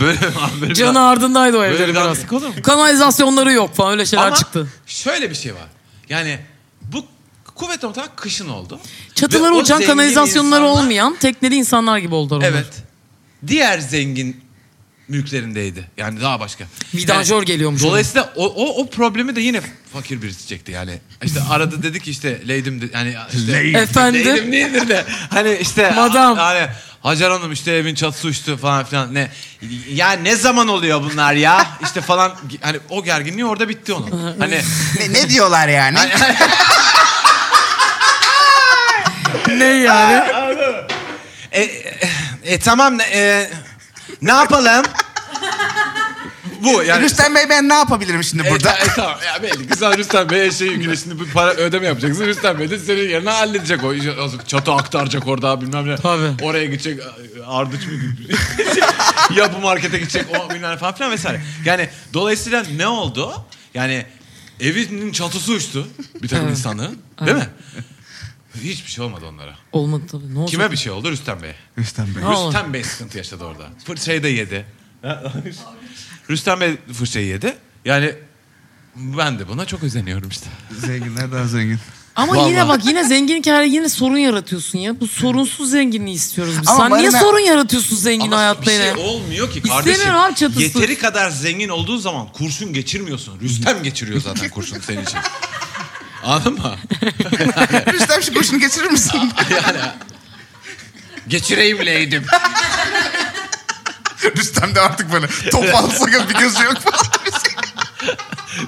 Speaker 1: böyle abi, böyle
Speaker 3: Canı ardındaydı o
Speaker 1: bir, böyle
Speaker 3: evlerin
Speaker 1: bir
Speaker 3: biraz.
Speaker 1: dandik olur mu?
Speaker 3: Kanalizasyonları yok falan öyle şeyler çıktı.
Speaker 1: şöyle bir şey var. Yani bu kuvvet ortağı kışın oldu.
Speaker 3: Çatıları
Speaker 1: Ve o
Speaker 3: uçan
Speaker 1: zengin
Speaker 3: kanalizasyonları
Speaker 1: insanlar-
Speaker 3: olmayan tekneli insanlar gibi oldular onlar.
Speaker 1: Evet. Diğer zengin mülklerindeydi. Yani daha başka.
Speaker 3: Vidanjör geliyormuş
Speaker 1: Dolayısıyla o, o, o problemi de yine fakir birisi çekti yani. İşte aradı dedi ki işte leydim de, yani işte
Speaker 2: Leydim.
Speaker 3: Efendim?
Speaker 1: Leydim nedir de hani işte
Speaker 3: Madam.
Speaker 1: a- yani Hacer Hanım işte evin çatısı uçtu falan filan ne ya ne zaman oluyor bunlar ya işte falan hani o gerginliği orada bitti onun. Hani
Speaker 2: ne, ne diyorlar yani?
Speaker 3: Ne yani?
Speaker 1: E, e, e, tamam ne, e, ne yapalım? Bu yani.
Speaker 2: Rüstem Bey ben ne yapabilirim şimdi
Speaker 1: E,
Speaker 2: burada?
Speaker 1: ta- e, tamam ya belli ki sen Rüstem Bey'e şey yükle şimdi bir para ödeme yapacaksın. Rüstem Bey de senin yerine halledecek o. işi. Çatı aktaracak orada bilmem ne.
Speaker 3: Tabii.
Speaker 1: Oraya gidecek ardıç mı? ya bu markete gidecek o bilmem ne falan filan vesaire. Yani dolayısıyla ne oldu? Yani evinin çatısı uçtu bir takım
Speaker 3: Evet.
Speaker 1: insanların. Değil mi? Hiçbir şey olmadı onlara.
Speaker 3: Olmadı tabii. Ne olacak?
Speaker 1: Kime bir şey oldu? Rüstem Bey'e.
Speaker 2: Rüstem Bey.
Speaker 3: Ne oldu?
Speaker 1: Rüstem Bey sıkıntı yaşadı orada. Fırçayı da yedi. Rüstem Bey fırçayı yedi. Yani ben de buna çok özeniyorum işte.
Speaker 2: Zenginler daha zengin.
Speaker 3: Ama yine
Speaker 1: Vallahi.
Speaker 3: bak yine zengin kere yine sorun yaratıyorsun ya. Bu sorunsuz zenginliği istiyoruz biz.
Speaker 2: Ama
Speaker 3: Sen niye
Speaker 2: bana-
Speaker 3: sorun yaratıyorsun zengin
Speaker 1: Ama
Speaker 3: hayatta
Speaker 1: bir şey
Speaker 3: yine?
Speaker 1: olmuyor ki
Speaker 3: İstemiyor
Speaker 1: kardeşim.
Speaker 3: abi çatısı.
Speaker 1: Yeteri kadar zengin olduğun zaman kurşun geçirmiyorsun. Rüstem geçiriyor zaten kurşun senin için. Anladın mı?
Speaker 2: Rüstem şu kurşunu geçirir misin?
Speaker 1: Geçireyim leydim.
Speaker 2: Rüstem de artık böyle topal sakın bir gözü yok falan.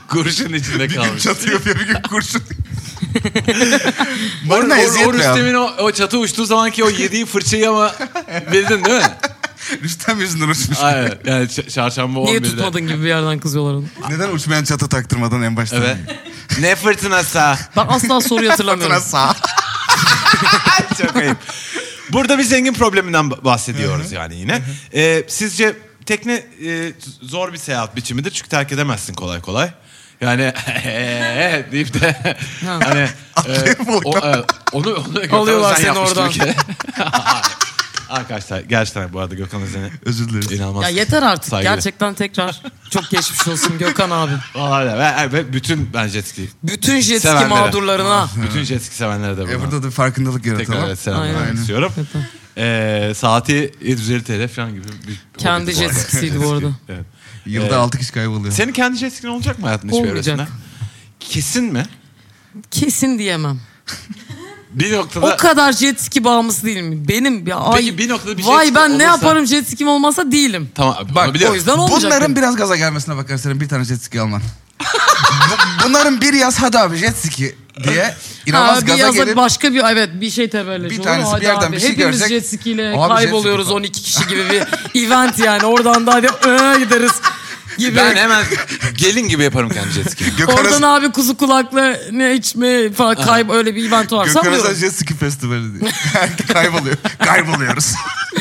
Speaker 1: kurşun içinde
Speaker 2: Bir gün
Speaker 1: kalmış.
Speaker 2: çatı yapıyor bir gün kurşun.
Speaker 1: O,
Speaker 2: Bana
Speaker 1: o,
Speaker 2: eziyet
Speaker 1: o
Speaker 2: be abi.
Speaker 1: Rüstem'in o, o çatı uçtuğu zamanki o yediği fırçayı ama bildin değil mi?
Speaker 2: Rüstem yüzünden uçmuş.
Speaker 1: Aynen. Yani ç- çarşamba 11'de.
Speaker 3: Niye tutmadın gibi bir yerden kızıyorlar onu.
Speaker 2: Neden uçmayan çatı taktırmadan en baştan?
Speaker 1: Evet. ne fırtınası.
Speaker 3: Ben asla soruyu hatırlamıyorum.
Speaker 2: Biraz sağ.
Speaker 1: Çok ayıp. Burada bir zengin probleminden ba- bahsediyoruz yani yine. Ee, sizce tekne e, zor bir seyahat biçimidir çünkü terk edemezsin kolay kolay. Yani deyip de hani e, o, e, onu onu Gökhan
Speaker 3: Alıyorlar
Speaker 1: Özen
Speaker 3: seni
Speaker 1: yapmıştı
Speaker 3: oradan.
Speaker 1: bir kere. Arkadaşlar gerçekten bu arada Gökhan Özen'e
Speaker 2: Özür dileriz.
Speaker 1: inanılmaz.
Speaker 3: Ya yeter artık.
Speaker 1: Saygıyla.
Speaker 3: Gerçekten tekrar çok geçmiş olsun Gökhan abi.
Speaker 1: Vallahi ve, ve bütün ben jet ski,
Speaker 3: Bütün jet ski
Speaker 1: Sevenlere.
Speaker 3: mağdurlarına.
Speaker 1: bütün jet ski sevenlere de
Speaker 2: E
Speaker 1: buradan
Speaker 2: burada da bir farkındalık
Speaker 1: tekrar
Speaker 2: yaratalım.
Speaker 1: evet, selam
Speaker 3: Aynen.
Speaker 1: vermek istiyorum. Ee, saati 750 TL falan gibi. Bir,
Speaker 3: Kendi
Speaker 1: oldu bu
Speaker 3: jet
Speaker 1: arada.
Speaker 3: skisiydi bu arada.
Speaker 1: Evet.
Speaker 2: Yılda
Speaker 1: Evet.
Speaker 2: 6 kişi kayboluyor.
Speaker 1: Senin kendi jet skin olacak mı hayatın hiçbir
Speaker 3: Olmayacak.
Speaker 1: evresinde? Kesin mi?
Speaker 3: Kesin diyemem.
Speaker 1: Bir noktada
Speaker 3: O kadar jet ski bağımlısı değil mi? Benim ya ay.
Speaker 1: Peki bir noktada bir
Speaker 2: şey
Speaker 1: jet
Speaker 3: Vay
Speaker 1: ski
Speaker 3: ben ne
Speaker 1: olursa-
Speaker 3: yaparım jet skim olmasa değilim.
Speaker 1: tamam abi,
Speaker 2: Bak,
Speaker 1: onu biliyorum.
Speaker 3: O yüzden olmayacak.
Speaker 2: Bunların
Speaker 3: benim.
Speaker 2: biraz gaza gelmesine bakarsan bir tane jet ski alman. Bu- Bunların bir yaz hadi abi jet ski diye inanılmaz
Speaker 3: Ha, bir
Speaker 2: gaza
Speaker 3: yaza
Speaker 2: gelip
Speaker 3: başka bir evet bir şey tebelleş.
Speaker 2: Bir
Speaker 3: olur.
Speaker 2: tanesi
Speaker 3: Hadi
Speaker 2: bir yerden
Speaker 3: abi.
Speaker 2: bir şey
Speaker 3: Hepimiz
Speaker 2: görecek.
Speaker 3: jet skiyle
Speaker 2: Abi jet ski
Speaker 3: kayboluyoruz
Speaker 2: falan.
Speaker 3: 12 kişi gibi bir event yani. Oradan da hadi "Ee," gideriz gibi.
Speaker 1: Ben hemen gelin gibi yaparım kendi jet ski.
Speaker 2: Gökhan
Speaker 3: Oradan
Speaker 2: Öz-
Speaker 3: abi kuzu kulaklı ne içme falan kayıp öyle bir event varsa
Speaker 2: Gökhan Özen
Speaker 3: alıyorum.
Speaker 2: jet ski festivali diye. Kayboluyor. Kayboluyoruz.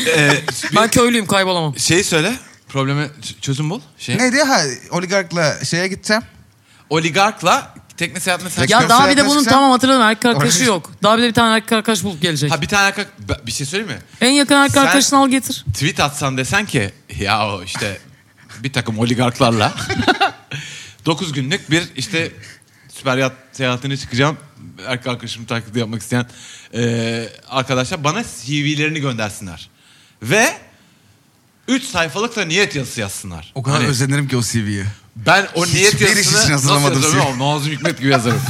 Speaker 1: Ee,
Speaker 3: Ben köylüyüm kaybolamam.
Speaker 1: şey söyle. Probleme ç- çözüm bul. Şey.
Speaker 2: Neydi ha oligarkla şeye gideceğim.
Speaker 1: Oligarkla tekne seyahatine sen...
Speaker 3: Ya
Speaker 2: Yoksa
Speaker 3: daha bir de
Speaker 2: yaklaşık
Speaker 3: bunun
Speaker 2: sen-
Speaker 3: tamam hatırladım erkek arkadaşı
Speaker 2: Orası-
Speaker 3: yok. Daha bir de bir tane erkek arkadaş bulup gelecek.
Speaker 1: Ha bir tane erkek... Ba- Bir şey söyleyeyim mi?
Speaker 3: En yakın erkek
Speaker 1: Sen-
Speaker 3: arkadaşını al getir.
Speaker 1: Tweet atsan desen ki... Ya o işte bir takım oligarklarla... 9 günlük bir işte süper yat seyahatine çıkacağım. Erkek arkadaşımı taklidi yapmak isteyen e, arkadaşlar bana CV'lerini göndersinler. Ve 3 sayfalık da niyet yazısı yazsınlar.
Speaker 2: O kadar
Speaker 1: Hani
Speaker 2: özenirim ki o CV'yi.
Speaker 1: ben o
Speaker 2: Hiçbir
Speaker 1: niyet
Speaker 2: iş için
Speaker 1: yazısını nasıl
Speaker 2: hazırlamadım
Speaker 1: yazarım? oğlum? Nazım Hikmet gibi yazarım.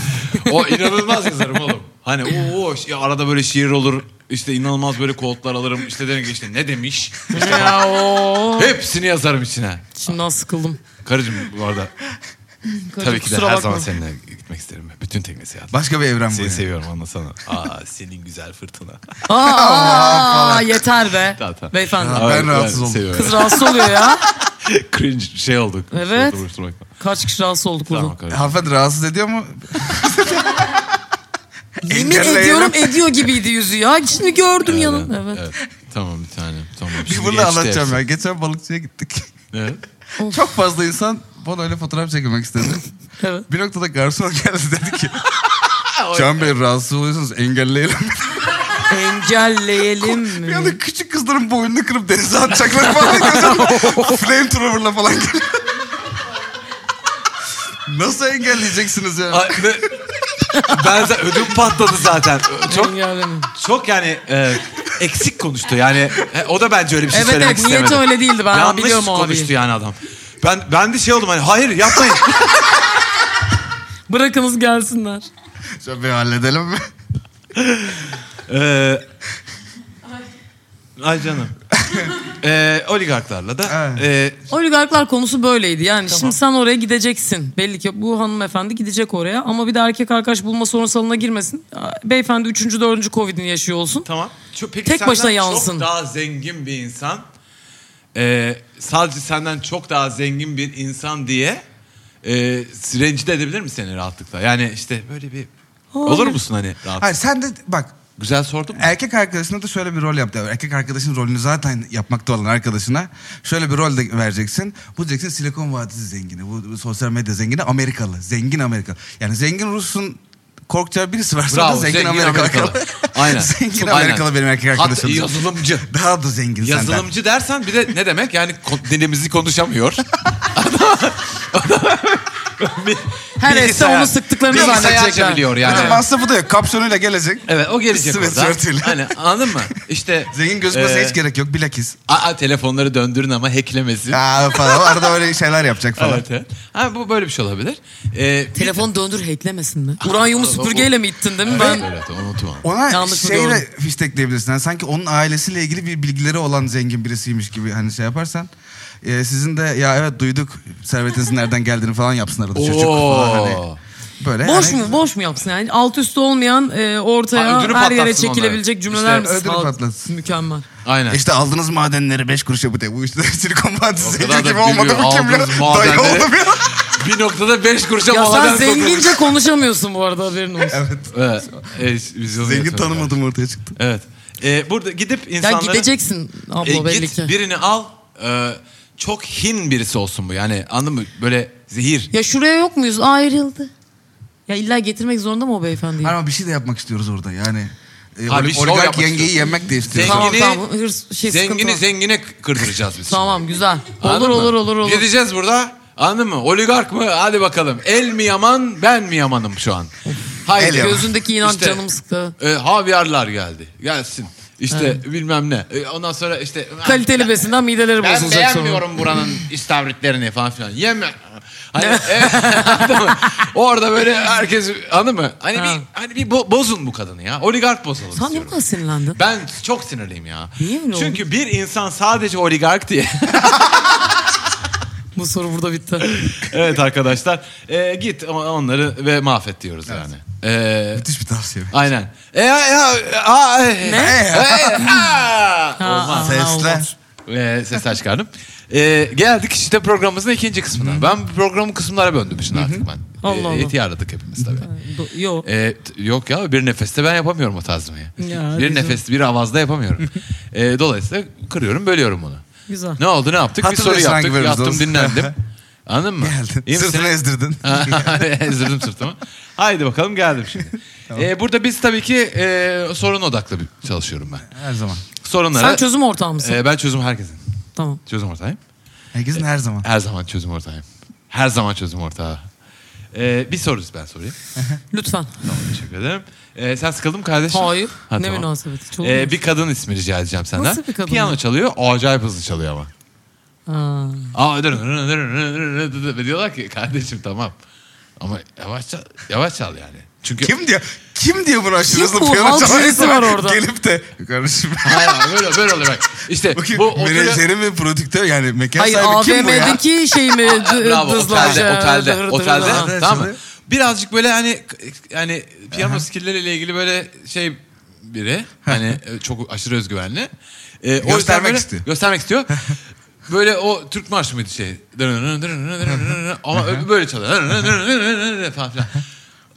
Speaker 1: o inanılmaz yazarım oğlum. Hani o, o şi- arada böyle şiir olur. İşte inanılmaz böyle koltuklar alırım. İşte derim ki işte ne demiş.
Speaker 3: ya o.
Speaker 1: Hepsini yazarım içine.
Speaker 3: Şimdiden sıkıldım.
Speaker 1: Karıcığım bu arada Tabii ki de her
Speaker 3: Kusura bakma.
Speaker 1: zaman seninle gitmek isterim. Bütün tekne seyahati.
Speaker 2: Başka bir evren bu.
Speaker 1: Seni
Speaker 2: yani.
Speaker 1: seviyorum anlasana. Aa senin güzel fırtına.
Speaker 3: Aa, aa, yeter be.
Speaker 1: Tamam, tamam.
Speaker 3: Beyefendi.
Speaker 2: Ha, ben rahatsız oldum.
Speaker 1: seviyorum.
Speaker 3: Kız rahatsız oluyor ya.
Speaker 1: Cringe şey olduk.
Speaker 3: Evet.
Speaker 1: Şey oldu, vuruşturmakla.
Speaker 3: Kaç kişi rahatsız olduk burada.
Speaker 1: Tamam kardeşim.
Speaker 2: Hanımefendi rahatsız ediyor mu?
Speaker 3: Yemin
Speaker 2: Engelleyelim.
Speaker 3: ediyorum ediyor gibiydi yüzü ya. Şimdi gördüm yanım.
Speaker 1: Yani,
Speaker 3: Evet.
Speaker 1: Tamam bir tane. Tamam.
Speaker 2: Bir bunu anlatacağım ya. Geçen balıkçıya gittik.
Speaker 1: Evet.
Speaker 2: Çok fazla insan bana öyle fotoğraf çekilmek istedi.
Speaker 3: evet.
Speaker 2: bir noktada garson geldi dedi ki Can Bey rahatsız oluyorsunuz engelleyelim.
Speaker 3: Engelleyelim
Speaker 2: Bir
Speaker 3: mi?
Speaker 2: anda küçük kızların boynunu kırıp denize atacaklar falan. Flamethrower'la falan geliyor. Nasıl engelleyeceksiniz ya?
Speaker 1: Ay, ne- ben zaten ödüm patladı zaten. Çok
Speaker 3: Engelleme.
Speaker 1: çok yani e, eksik konuştu. Yani e, o da bence öyle bir şey
Speaker 3: Evet,
Speaker 1: söylemek
Speaker 3: evet, niyeti
Speaker 1: istemedi.
Speaker 3: öyle değildi. Ben
Speaker 1: Yanlış
Speaker 3: biliyorum o abiyi.
Speaker 1: konuştu yani adam. Ben ben de şey oldum hani hayır yapmayın.
Speaker 3: Bırakınız gelsinler.
Speaker 2: Şöyle bir halledelim mi?
Speaker 1: Ee, ay canım. Ee, oligarklarla da
Speaker 2: Evet.
Speaker 1: e,
Speaker 3: Oligarklar konusu böyleydi yani. Şimdi sen oraya gideceksin. Belli ki bu hanımefendi gidecek oraya. Ama bir de erkek arkadaş bulma sorunsalına girmesin. Beyefendi 3. 4. Covid'ini yaşıyor olsun.
Speaker 1: tamam. Çok, peki
Speaker 3: Tek
Speaker 1: senden
Speaker 3: başına yansın.
Speaker 1: Çok daha zengin bir insan. ee, sadece senden çok daha zengin bir insan diye e, rencide edebilir mi seni rahatlıkla? Yani işte böyle bir olur musun hani rahat?
Speaker 2: Hayır sen de bak
Speaker 1: Güzel sordum. mu?
Speaker 2: erkek arkadaşına da şöyle bir rol yap. diyor. Erkek arkadaşın rolünü zaten yapmakta olan arkadaşına şöyle bir rol de vereceksin. Bu diyeceksin Silikon Vadisi zengini, bu, bu sosyal medya zengini Amerikalı, zengin Amerikalı. Yani zengin Rus'un korkacağı birisi varsa da
Speaker 1: Bravo.
Speaker 2: zengin, Amerikalı.
Speaker 1: Aynen.
Speaker 2: zengin
Speaker 1: Aynen.
Speaker 2: Amerikalı benim erkek
Speaker 1: Hatta
Speaker 2: arkadaşım.
Speaker 1: yazılımcı.
Speaker 2: Daha da zengin senden.
Speaker 1: Yazılımcı dersen bir de ne demek? Yani ko- dilimizi konuşamıyor.
Speaker 3: Her este
Speaker 1: Bilgisayar-
Speaker 3: onu sıktıklarını
Speaker 1: bilgisayarca
Speaker 3: zannedecekler.
Speaker 1: biliyor yani.
Speaker 2: Bir de
Speaker 1: Evet.
Speaker 2: masrafı da yok. Kapsiyonuyla gelecek.
Speaker 1: Evet o gelecek oradan.
Speaker 2: Sweatshirt'iyle.
Speaker 1: Hani anladın mı? İşte
Speaker 2: Zengin gözükmese
Speaker 1: e,
Speaker 2: hiç gerek yok. Bilakis.
Speaker 1: Aa telefonları döndürün ama hacklemesin.
Speaker 2: Aa falan. Arada öyle şeyler yapacak falan.
Speaker 1: Evet, evet. Ha, bu böyle bir şey olabilir. Ee, bir-
Speaker 3: Telefon döndür hacklemesin mi? Uranyumu süpürgeyle mi ittin değil mi?
Speaker 1: Evet,
Speaker 3: Ben
Speaker 1: evet, unutma.
Speaker 2: Ona şey
Speaker 3: Yanlış mı
Speaker 2: şeyle
Speaker 3: gördüm?
Speaker 2: fiştekleyebilirsin. Yani sanki onun ailesiyle ilgili bir bilgileri olan zengin birisiymiş gibi hani şey yaparsan. Ee, sizin de ya evet duyduk servetinizin nereden geldiğini falan yapsın arada çocuk falan hani.
Speaker 1: Oo.
Speaker 2: Böyle
Speaker 3: Boş
Speaker 2: yani
Speaker 3: mu? Boş mu yapsın yani? Alt üstü olmayan e,
Speaker 1: Ha,
Speaker 3: ortaya
Speaker 1: ödülü
Speaker 3: her yere
Speaker 1: patlatsın
Speaker 3: çekilebilecek
Speaker 1: onları.
Speaker 3: cümleler
Speaker 2: İşte
Speaker 3: mi?
Speaker 2: ödülü
Speaker 3: Sağ-
Speaker 2: patlatsın.
Speaker 3: Mükemmel.
Speaker 1: Aynen.
Speaker 2: İşte aldığınız madenleri 5 kuruşa bu de. Bu işte silikon vadisi
Speaker 1: O kadar
Speaker 2: zengin gibi
Speaker 1: da
Speaker 2: olmadı
Speaker 1: biliyor.
Speaker 2: mı kim bilir?
Speaker 1: Aldığınız
Speaker 2: Dayı
Speaker 1: madenleri-
Speaker 2: oldu bir an.
Speaker 1: bir noktada 5 kuruşa
Speaker 3: Ya sen
Speaker 1: moladan
Speaker 3: zengince konuşamıyorsun bu arada haberin olsun.
Speaker 2: Evet.
Speaker 1: Evet. Evet, biz onu
Speaker 2: Zengin
Speaker 1: yapıyoruz.
Speaker 2: tanımadım ortaya çıktı.
Speaker 1: Evet. Ee, burada gidip
Speaker 3: Ya
Speaker 1: insanların...
Speaker 3: gideceksin abla
Speaker 1: E,
Speaker 3: belli
Speaker 1: git
Speaker 3: ki.
Speaker 1: birini al. Ee, çok hin birisi olsun bu. Yani anladın mı? Böyle zehir.
Speaker 3: Ya şuraya yok muyuz? Ayrıldı. Ya illa getirmek zorunda mı o beyefendiyi?
Speaker 2: Ama bir şey de yapmak istiyoruz orada yani. Ee,
Speaker 1: Ha, bir
Speaker 2: olig-
Speaker 1: şov
Speaker 2: oligark
Speaker 1: yapmak
Speaker 2: yengeyi
Speaker 1: istiyoruz.
Speaker 2: yemek de istiyoruz.
Speaker 3: Tamam
Speaker 1: Zengini-
Speaker 3: tamam. Hırs, şey, sıkıntı
Speaker 1: Zengini
Speaker 3: var.
Speaker 1: zengine kırdıracağız biz.
Speaker 3: Tamam güzel.
Speaker 1: şimdi.
Speaker 3: Olur
Speaker 1: Anladın mı?
Speaker 3: olur olur olur.
Speaker 1: Gideceğiz burada. Anladın mı? Oligark mı? Hadi bakalım. El mi yaman, ben mi yamanım şu an? Hayır.
Speaker 2: El yaman.
Speaker 3: Gözündeki inanç canım sıktı.
Speaker 1: E, havyarlar geldi. Gelsin. İşte bilmem ne. E, ondan sonra işte...
Speaker 3: Kaliteli besinden mideleri
Speaker 1: Ben
Speaker 3: bozulacak sonra.
Speaker 1: beğenmiyorum buranın istavritlerini falan filan. Yeme. Hani, e, anladın mı? Orada böyle herkes anladın mı? Hani
Speaker 3: Ha.
Speaker 1: bir, hani bir bo- bozun bu kadını ya. Oligark bozalım
Speaker 3: Sen ne
Speaker 1: istiyorum.
Speaker 3: kadar sinirlendin?
Speaker 1: Ben çok sinirliyim ya.
Speaker 3: Niye öyle
Speaker 1: Çünkü bir insan sadece oligark diye.
Speaker 3: Bu soru burada bitti.
Speaker 1: evet arkadaşlar. E, git o- onları ve mahvet diyoruz yani. E,
Speaker 2: Müthiş bir tavsiye.
Speaker 1: aynen. E, ya, ya, a, e,
Speaker 3: Ne?
Speaker 1: e, a. Olmaz.
Speaker 3: Ha, ha,
Speaker 2: Sesle.
Speaker 3: olmaz.
Speaker 1: Ee, ses çıkardım. Ee, geldik işte programımızın ikinci kısmına. Ben programın kısımlara böndüm şimdi artık ben.
Speaker 3: Allah Allah.
Speaker 1: Eti aradık hepimiz tabii.
Speaker 3: Do- Yo.
Speaker 1: Ee, t- yok ya bir nefeste ben yapamıyorum o tazmayı.
Speaker 3: Ya,
Speaker 1: bir
Speaker 3: güzel.
Speaker 1: nefeste bir avazda yapamıyorum. Ee, dolayısıyla kırıyorum bölüyorum onu.
Speaker 3: Güzel.
Speaker 1: Ne oldu ne yaptık? Bir soru
Speaker 2: Hatırlıyorsun hangi
Speaker 1: yaptık.
Speaker 2: bölümümüzde
Speaker 1: Yattım
Speaker 2: olsun.
Speaker 1: dinlendim. Anladın mı? İyi
Speaker 2: Geldin.
Speaker 1: misin?
Speaker 2: Sırtını ezdirdin.
Speaker 1: Ezdirdim sırtımı. Haydi bakalım geldim şimdi. Ee, burada biz tabii ki e, sorun odaklı bir- çalışıyorum ben.
Speaker 2: Her zaman.
Speaker 1: Sorunlara...
Speaker 3: Sen çözüm ortağı mısın?
Speaker 1: Ee, ben çözüm herkesin.
Speaker 3: tamam.
Speaker 1: Çözüm ortağıyım.
Speaker 2: Herkesin her zaman.
Speaker 1: Her zaman çözüm ortağıyım. Her zaman çözüm ortağı. Ee, bir soru ben sorayım.
Speaker 3: Lütfen.
Speaker 1: Tamam teşekkür ederim. Ee, sen sıkıldın mı kardeşim?
Speaker 3: Hayır.
Speaker 1: Ha,
Speaker 3: ne
Speaker 1: tamam.
Speaker 3: münasebeti. Çok
Speaker 1: Ee, bir kadın ismi rica edeceğim senden.
Speaker 3: Nasıl bir kadın
Speaker 1: Piyano
Speaker 3: ya?
Speaker 1: çalıyor. Acayip hızlı çalıyor ama.
Speaker 3: Ha.
Speaker 1: Aa dırın, dırın, dırın, dırın, dırın, dırın. Ve diyorlar ki kardeşim tamam. Ama yavaş çal, yavaş çal yani. Çünkü
Speaker 2: Kim diyor? Kim diyor bunu aşırı
Speaker 3: Kim
Speaker 2: hızlı
Speaker 3: bu?
Speaker 2: piyano
Speaker 3: Halk
Speaker 2: çalan
Speaker 3: jürisi
Speaker 2: insan?
Speaker 3: var orada.
Speaker 2: Gelip de kardeşim.
Speaker 1: Hayır, hayır, böyle, böyle oluyor bak. İşte
Speaker 2: Bakın
Speaker 1: bu otele-
Speaker 2: menajeri mi prodüktör yani mekan
Speaker 3: Hayır
Speaker 2: sahibi kim bu ya?
Speaker 3: AVM'deki şey mi?
Speaker 1: Aa,
Speaker 3: D-
Speaker 1: Bravo
Speaker 3: dızlar-
Speaker 1: otelde otelde
Speaker 3: Dır- dır-
Speaker 1: otelde
Speaker 3: dır-
Speaker 2: dır.
Speaker 1: tamam mı?
Speaker 2: Evet,
Speaker 1: Birazcık böyle hani yani piyano skilleriyle ilgili böyle şey biri hani e, çok aşırı özgüvenli. E, o yüzden
Speaker 2: Göstermek
Speaker 1: böyle-
Speaker 2: istiyor.
Speaker 1: Göstermek istiyor. Böyle o Türk marşı mıydı şey? Ama öbür böyle çalıyor. falan filan.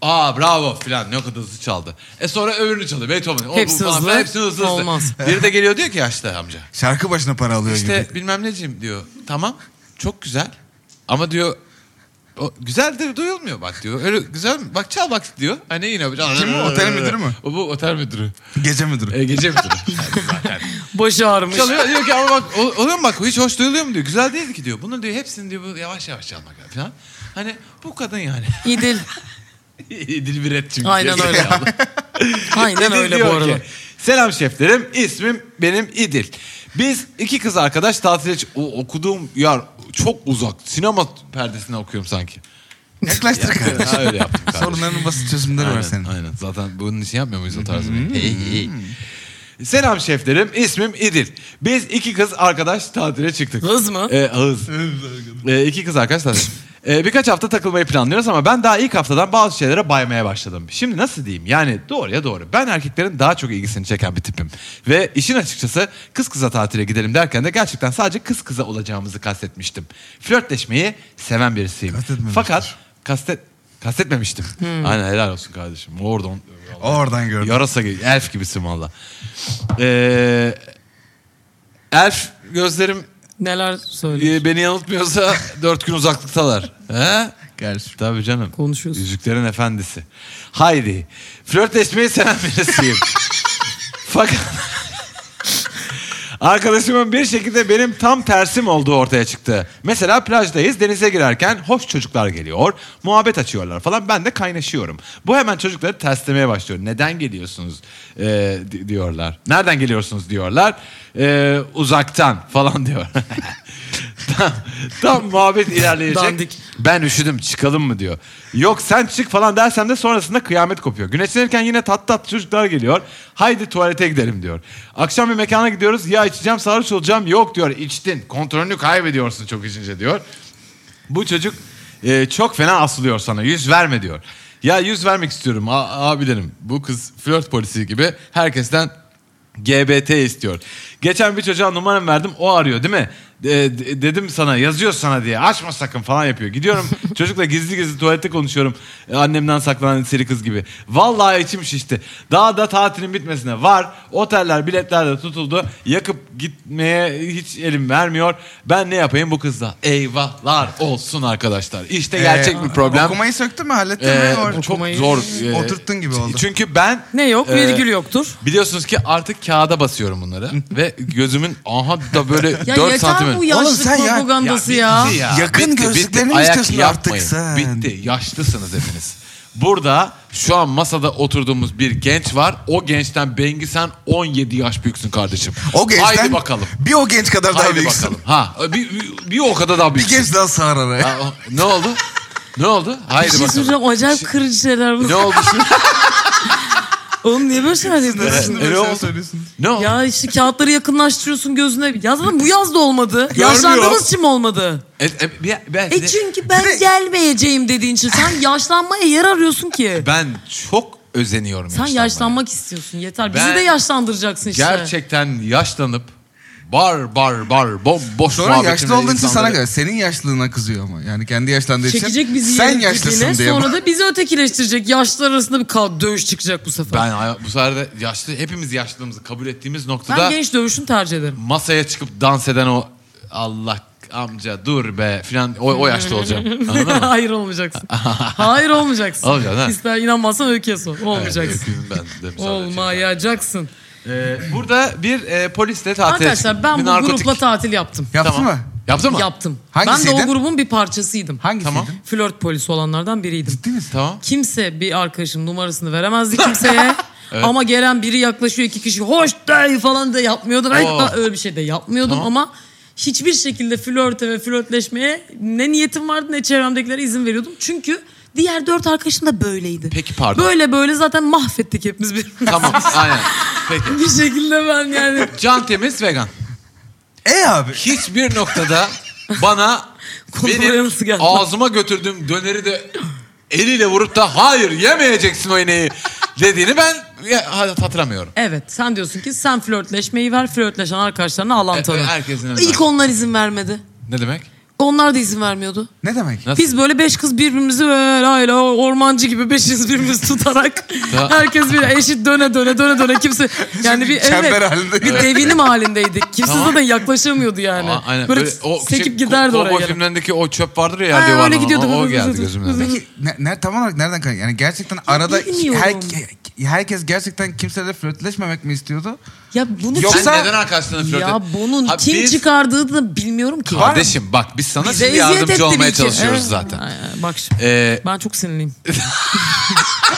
Speaker 1: Aa bravo filan ne kadar hızlı çaldı. E sonra öbürünü çalıyor. Beethoven. O, bu
Speaker 3: Hepsi
Speaker 1: falan
Speaker 3: hızlı.
Speaker 1: filan, Hepsini hızlı hızlı.
Speaker 3: Olmaz.
Speaker 1: Biri de geliyor diyor ki yaşlı amca.
Speaker 2: Şarkı başına para alıyor
Speaker 1: İşte
Speaker 2: gibi.
Speaker 1: bilmem necim diyor. Tamam çok güzel ama diyor O, güzel de duyulmuyor bak diyor. Öyle güzel mi? Bak çal bak diyor. Hani yine
Speaker 2: Kim bu? Otel müdürü mü?
Speaker 1: O bu otel müdürü.
Speaker 2: Gece müdürü.
Speaker 1: E, gece müdürü. Zaten.
Speaker 3: Başı ağrımış.
Speaker 1: Çalıyor diyor ki ama bak ol- oluyor mu bak hiç hoş duyuluyor mu diyor. Güzel değil ki diyor. Bunu diyor hepsini diyor bu yavaş yavaş çalmak lazım falan. Hani bu kadın yani.
Speaker 3: İdil.
Speaker 1: Dil bir et çünkü.
Speaker 3: Aynen öyle.
Speaker 1: Gerizekalı.
Speaker 3: Aynen
Speaker 1: İdil
Speaker 3: öyle bu
Speaker 1: diyor
Speaker 3: arada.
Speaker 1: ki, Selam şeflerim ismim benim İdil. Biz iki kız arkadaş tatile ç- o- okuduğum yer çok uzak. Sinema perdesine okuyorum sanki.
Speaker 2: Yaklaştır kardeşim.
Speaker 1: Ha, öyle yaptım. kardeşim.
Speaker 2: Sorunların basit çözümleri var
Speaker 1: Aynen,
Speaker 2: senin.
Speaker 1: Aynen. Zaten bunun için yapmıyor muyuz o tarz
Speaker 3: Hmm.
Speaker 1: bir- Hey, hey. Selam şeflerim. ismim İdil. Biz iki kız arkadaş tatile çıktık.
Speaker 3: Hız mı?
Speaker 1: Ee, ağız. ee, iki kız arkadaş tatile. Ee, birkaç hafta takılmayı planlıyoruz ama ben daha ilk haftadan bazı şeylere baymaya başladım. Şimdi nasıl diyeyim? Yani doğruya doğru. Ben erkeklerin daha çok ilgisini çeken bir tipim. Ve işin açıkçası kız kıza tatile gidelim derken de gerçekten sadece kız kıza olacağımızı kastetmiştim. Flörtleşmeyi seven birisiyim.
Speaker 2: Kastetmemiştir.
Speaker 1: Fakat kastet kastetmemiştim. Aynen helal olsun kardeşim. Oradan
Speaker 2: Oradan gördüm.
Speaker 1: yarasa gibi, elf gibisin valla. Ee, elf gözlerim
Speaker 3: Neler söylüyor?
Speaker 1: e, beni yanıltmıyorsa dört gün uzaklıktalar. He?
Speaker 2: Kardeşim.
Speaker 1: Tabii canım.
Speaker 3: Konuşuyorsun.
Speaker 1: Yüzüklerin efendisi. Haydi. Flörtleşmeyi seven birisiyim. Fakat... Arkadaşımın bir şekilde benim tam tersim olduğu ortaya çıktı. Mesela plajdayız denize girerken hoş çocuklar geliyor. Muhabbet açıyorlar falan ben de kaynaşıyorum. Bu hemen çocukları terslemeye başlıyor. Neden geliyorsunuz Ee, di- diyorlar. Nereden geliyorsunuz diyorlar. Ee, uzaktan falan diyor. tam, tam muhabbet ilerleyecek.
Speaker 3: Dandik.
Speaker 1: Ben üşüdüm çıkalım mı diyor. Yok sen çık falan dersem de sonrasında kıyamet kopuyor. Güneşlenirken yine tat tat çocuklar geliyor. Haydi tuvalete gidelim diyor. Akşam bir mekana gidiyoruz. Ya içeceğim sarhoş olacağım. Yok diyor içtin. Kontrolünü kaybediyorsun çok içince diyor. Bu çocuk e, çok fena asılıyor sana. Yüz verme diyor. Ya yüz vermek istiyorum a- abilerim. Bu kız flört polisi gibi herkesten GBT istiyor. Geçen bir çocuğa numaramı verdim o arıyor değil mi? E, de- dedim sana yazıyor sana diye açma sakın falan yapıyor. Gidiyorum çocukla gizli gizli tuvalette konuşuyorum. E, annemden saklanan seri kız gibi. Vallahi içim şişti. Daha da tatilin bitmesine var. Oteller biletler de tutuldu. Yakıp gitmeye hiç elim vermiyor. Ben ne yapayım bu kızla? Eyvahlar olsun arkadaşlar. İşte gerçek
Speaker 2: Ee,
Speaker 1: bir problem.
Speaker 2: Okumayı söktün mü hallettin
Speaker 1: Ee,
Speaker 2: mi? Or-
Speaker 1: bu çok
Speaker 3: okumayı-
Speaker 1: zor. e,
Speaker 2: Oturttun gibi oldu.
Speaker 1: Çünkü ben
Speaker 3: Ne yok?
Speaker 1: e,
Speaker 3: Virgül yoktur.
Speaker 1: Biliyorsunuz ki artık kağıda basıyorum bunları ve gözümün aha da böyle
Speaker 3: Ya
Speaker 1: 4
Speaker 3: yeter
Speaker 1: santimetre.
Speaker 3: bu
Speaker 2: Oğlum
Speaker 3: yaşlı
Speaker 2: sen ya-
Speaker 3: propagandası ya.
Speaker 1: bitti
Speaker 2: Yakın gözlüklerini mi
Speaker 1: Ayak
Speaker 2: istiyorsun artık
Speaker 1: yapmayın.
Speaker 2: sen?
Speaker 1: Bitti. Yaşlısınız hepiniz. Burada şu an masada oturduğumuz bir genç var. O gençten Bengi sen 17 yaş büyüksün kardeşim.
Speaker 2: O gençten
Speaker 1: Haydi bakalım.
Speaker 2: bir o genç kadar daha
Speaker 1: Haydi
Speaker 2: büyüksün.
Speaker 1: bakalım. Ha bir, bir, bir o kadar daha
Speaker 2: Bir
Speaker 1: büyüksün.
Speaker 2: genç daha sığar araya.
Speaker 1: Ha, o- ne oldu? Ne oldu?
Speaker 3: Bir
Speaker 1: Haydi
Speaker 3: şey
Speaker 1: bakalım.
Speaker 3: söyleyeceğim. Acayip kırıcı şeyler
Speaker 1: Ne
Speaker 3: bu.
Speaker 1: oldu şimdi?
Speaker 3: Oğlum niye böyle şeyler yapıyorsun?
Speaker 1: Evet. öyle oldu. Ne oldu?
Speaker 3: Ya işte kağıtları yakınlaştırıyorsun gözüne. Ya zaten bu yaz da olmadı.
Speaker 1: Görmüyor.
Speaker 3: Yaşlandığımız için mi olmadı?
Speaker 1: E, e, bir- belki de-
Speaker 3: E çünkü ben gelmeyeceğim dediğin için sen yaşlanmaya yer arıyorsun ki.
Speaker 1: ben çok özeniyorum
Speaker 3: Sen
Speaker 1: yaşlanmaya.
Speaker 3: yaşlanmak istiyorsun yeter. Bizi
Speaker 1: Ben-
Speaker 3: de yaşlandıracaksın işte.
Speaker 1: Gerçekten yaşlanıp bar bar bar bomboş
Speaker 2: Sonra yaşlı
Speaker 1: muhabbetimle
Speaker 2: olduğun için sana
Speaker 1: insanları-
Speaker 2: göre. Senin yaşlılığına kızıyor ama. Yani kendi yaşlandığı için.
Speaker 3: Çekecek bizi
Speaker 2: Sen
Speaker 3: yerin dibine,
Speaker 2: yaşlısın diye.
Speaker 3: Sonra da bizi ötekileştirecek. Yaşlılar arasında bir kav- dövüş çıkacak bu sefer. Ben,
Speaker 1: Ben hay- bu sefer de yaşlı hepimiz yaşlılığımızı kabul ettiğimiz noktada
Speaker 3: genç dövüşünü tercih ederim.
Speaker 1: masaya çıkıp dans eden o Allah amca dur be filan o, o yaşta olacağım. Anladın mı?
Speaker 3: Hayır olmayacaksın. Hayır olmayacaksın.
Speaker 1: Olmayacaksın, ha?
Speaker 3: İster inanmazsan öyküye sor. Olmayacaksın.
Speaker 1: Öyküyüm ben de müsaade
Speaker 3: Oh
Speaker 1: edeceğim.
Speaker 3: Olmayacaksın.
Speaker 1: Ee, burada bir e, polisle tatil
Speaker 3: Arkadaşlar ben bu grupla tatil yaptım.
Speaker 2: Yaptı
Speaker 1: Tamam.
Speaker 2: mı?
Speaker 1: Yaptın mı?
Speaker 3: Yaptım.
Speaker 2: Hangisiydin?
Speaker 3: Ben de o grubun bir parçasıydım.
Speaker 2: Hangisiydin?
Speaker 1: Tamam.
Speaker 3: Flört polisi olanlardan biriydim.
Speaker 2: Ciddi misin?
Speaker 1: Tamam.
Speaker 3: Kimse bir arkadaşım numarasını veremezdi kimseye. Ama gelen biri yaklaşıyor iki kişi hoş day falan da yapmıyordum. Ben
Speaker 1: Oo.
Speaker 3: öyle bir şey de yapmıyordum
Speaker 1: Tamam.
Speaker 3: ama hiçbir şekilde flörte ve flörtleşmeye ne niyetim vardı ne çevremdekilere izin veriyordum. Çünkü diğer dört arkadaşım da böyleydi.
Speaker 1: Peki, pardon.
Speaker 3: Böyle böyle zaten mahvettik hepimiz bir.
Speaker 1: Tamam aynen. Peki.
Speaker 3: bir şekilde ben yani
Speaker 1: Can temiz vegan.
Speaker 2: E abi.
Speaker 1: hiçbir noktada bana
Speaker 3: Kontrol
Speaker 1: benim
Speaker 3: yanısı geldi.
Speaker 1: ağzıma götürdüğüm döneri de eliyle vurup da hayır yemeyeceksin o ineği dediğini ben ya- hatırlamıyorum.
Speaker 3: evet sen diyorsun ki sen flörtleşmeyi ver flörtleşen arkadaşlarına alan
Speaker 1: E,
Speaker 3: tanı.
Speaker 1: herkesin önüne.
Speaker 3: İlk onlar izin vermedi.
Speaker 1: Ne demek?
Speaker 3: Onlar da izin vermiyordu.
Speaker 2: Ne demek?
Speaker 1: Nasıl?
Speaker 3: Biz böyle beş kız birbirimizi böyle öyle ormancı gibi beşiz birbirimizi tutarak
Speaker 1: Ya.
Speaker 3: herkes bir eşit döne döne döne döne kimse yani bir
Speaker 2: Çember
Speaker 3: evet,
Speaker 2: halinde.
Speaker 3: bir devinim halindeydik. Kimse
Speaker 1: Tamam.
Speaker 3: zaten yaklaşamıyordu yani.
Speaker 1: Aa, aynen.
Speaker 3: Böyle,
Speaker 1: Böyle o
Speaker 3: sekip
Speaker 1: şey,
Speaker 3: giderdi
Speaker 1: ko-
Speaker 3: oraya.
Speaker 1: Kovboy
Speaker 3: gelen.
Speaker 1: filmlerindeki o çöp vardır ya
Speaker 3: Ha,
Speaker 1: yerde
Speaker 3: öyle
Speaker 1: vardı.
Speaker 3: gidiyordu.
Speaker 1: O, o
Speaker 3: Vız, vız,
Speaker 1: geldi
Speaker 3: vız,
Speaker 1: gözümün
Speaker 3: vız,
Speaker 1: önüne.
Speaker 3: vız.
Speaker 2: Peki ne, ne- tam olarak nereden kaynaklı? Yani gerçekten arada
Speaker 3: bilmiyorum.
Speaker 2: her, herkes gerçekten kimseyle flörtleşmemek mi istiyordu?
Speaker 3: Ya bunu
Speaker 2: Yoksa-
Speaker 1: Sen neden arkadaşlarına flört
Speaker 3: ya
Speaker 1: et-
Speaker 3: bunun
Speaker 1: Ha,
Speaker 3: kim
Speaker 1: biz-
Speaker 3: çıkardığını da bilmiyorum ki.
Speaker 1: Kardeşim bak biz sana
Speaker 3: Bize
Speaker 1: şimdi
Speaker 3: eziyet etti
Speaker 1: yardımcı olmaya
Speaker 3: bir iki.
Speaker 1: çalışıyoruz
Speaker 3: Evet.
Speaker 1: zaten.
Speaker 3: Ay, ay, Bak şimdi.
Speaker 1: Ee,
Speaker 3: Ben çok sinirliyim.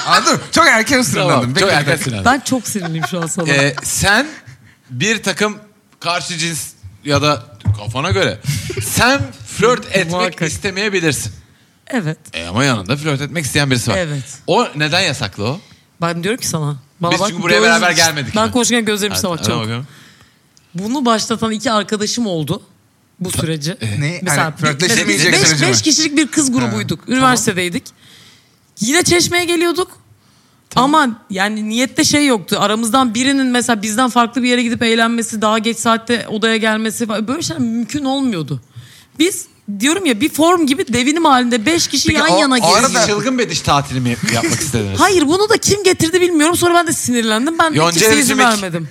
Speaker 2: Aa, dur çok erken ısırlandım.
Speaker 1: tamam,
Speaker 2: Bekle,
Speaker 1: çok
Speaker 2: bir dakika.
Speaker 1: erkensin abi.
Speaker 3: Ben çok sinirliyim şu an sana.
Speaker 1: Ee, sen bir takım karşı cins ya da kafana göre sen flört etmek
Speaker 3: Muhakkak.
Speaker 1: istemeyebilirsin.
Speaker 3: evet.
Speaker 1: E ama yanında flört etmek isteyen birisi var.
Speaker 3: Evet.
Speaker 1: O neden yasaklı o?
Speaker 3: Ben diyorum ki sana. Bana
Speaker 1: Biz
Speaker 3: bak,
Speaker 1: çünkü buraya beraber gelmedik
Speaker 3: Ben
Speaker 1: yani.
Speaker 3: konuşurken gözlerim sana
Speaker 1: Hadi,
Speaker 3: bak çabuk.
Speaker 1: hadi bakalım.
Speaker 3: Bunu başlatan iki arkadaşım oldu bu süreci.
Speaker 2: Ne? Hani flörtleşemeyecek
Speaker 3: beş-
Speaker 2: süreci mi?
Speaker 3: beş kişilik bir kız grubuyduk. Üniversitedeydik. Yine çeşmeye geliyorduk. Ama yani niyette şey yoktu. Aramızdan birinin mesela bizden farklı bir yere gidip eğlenmesi, daha geç saatte odaya gelmesi falan böyle şeyler mümkün olmuyordu. Biz diyorum ya bir form gibi devinim halinde beş kişi
Speaker 2: Peki
Speaker 3: yan
Speaker 2: o-
Speaker 3: yana
Speaker 2: o
Speaker 3: gezdik.
Speaker 2: arada-
Speaker 1: Siz çılgın bediş tatili mi yapmak istediniz?
Speaker 3: Hayır bunu da kim getirdi bilmiyorum. Sonra ben de sinirlendim. Ben
Speaker 1: Yonca
Speaker 3: ikisi izin
Speaker 1: Evcimik.
Speaker 3: vermedim.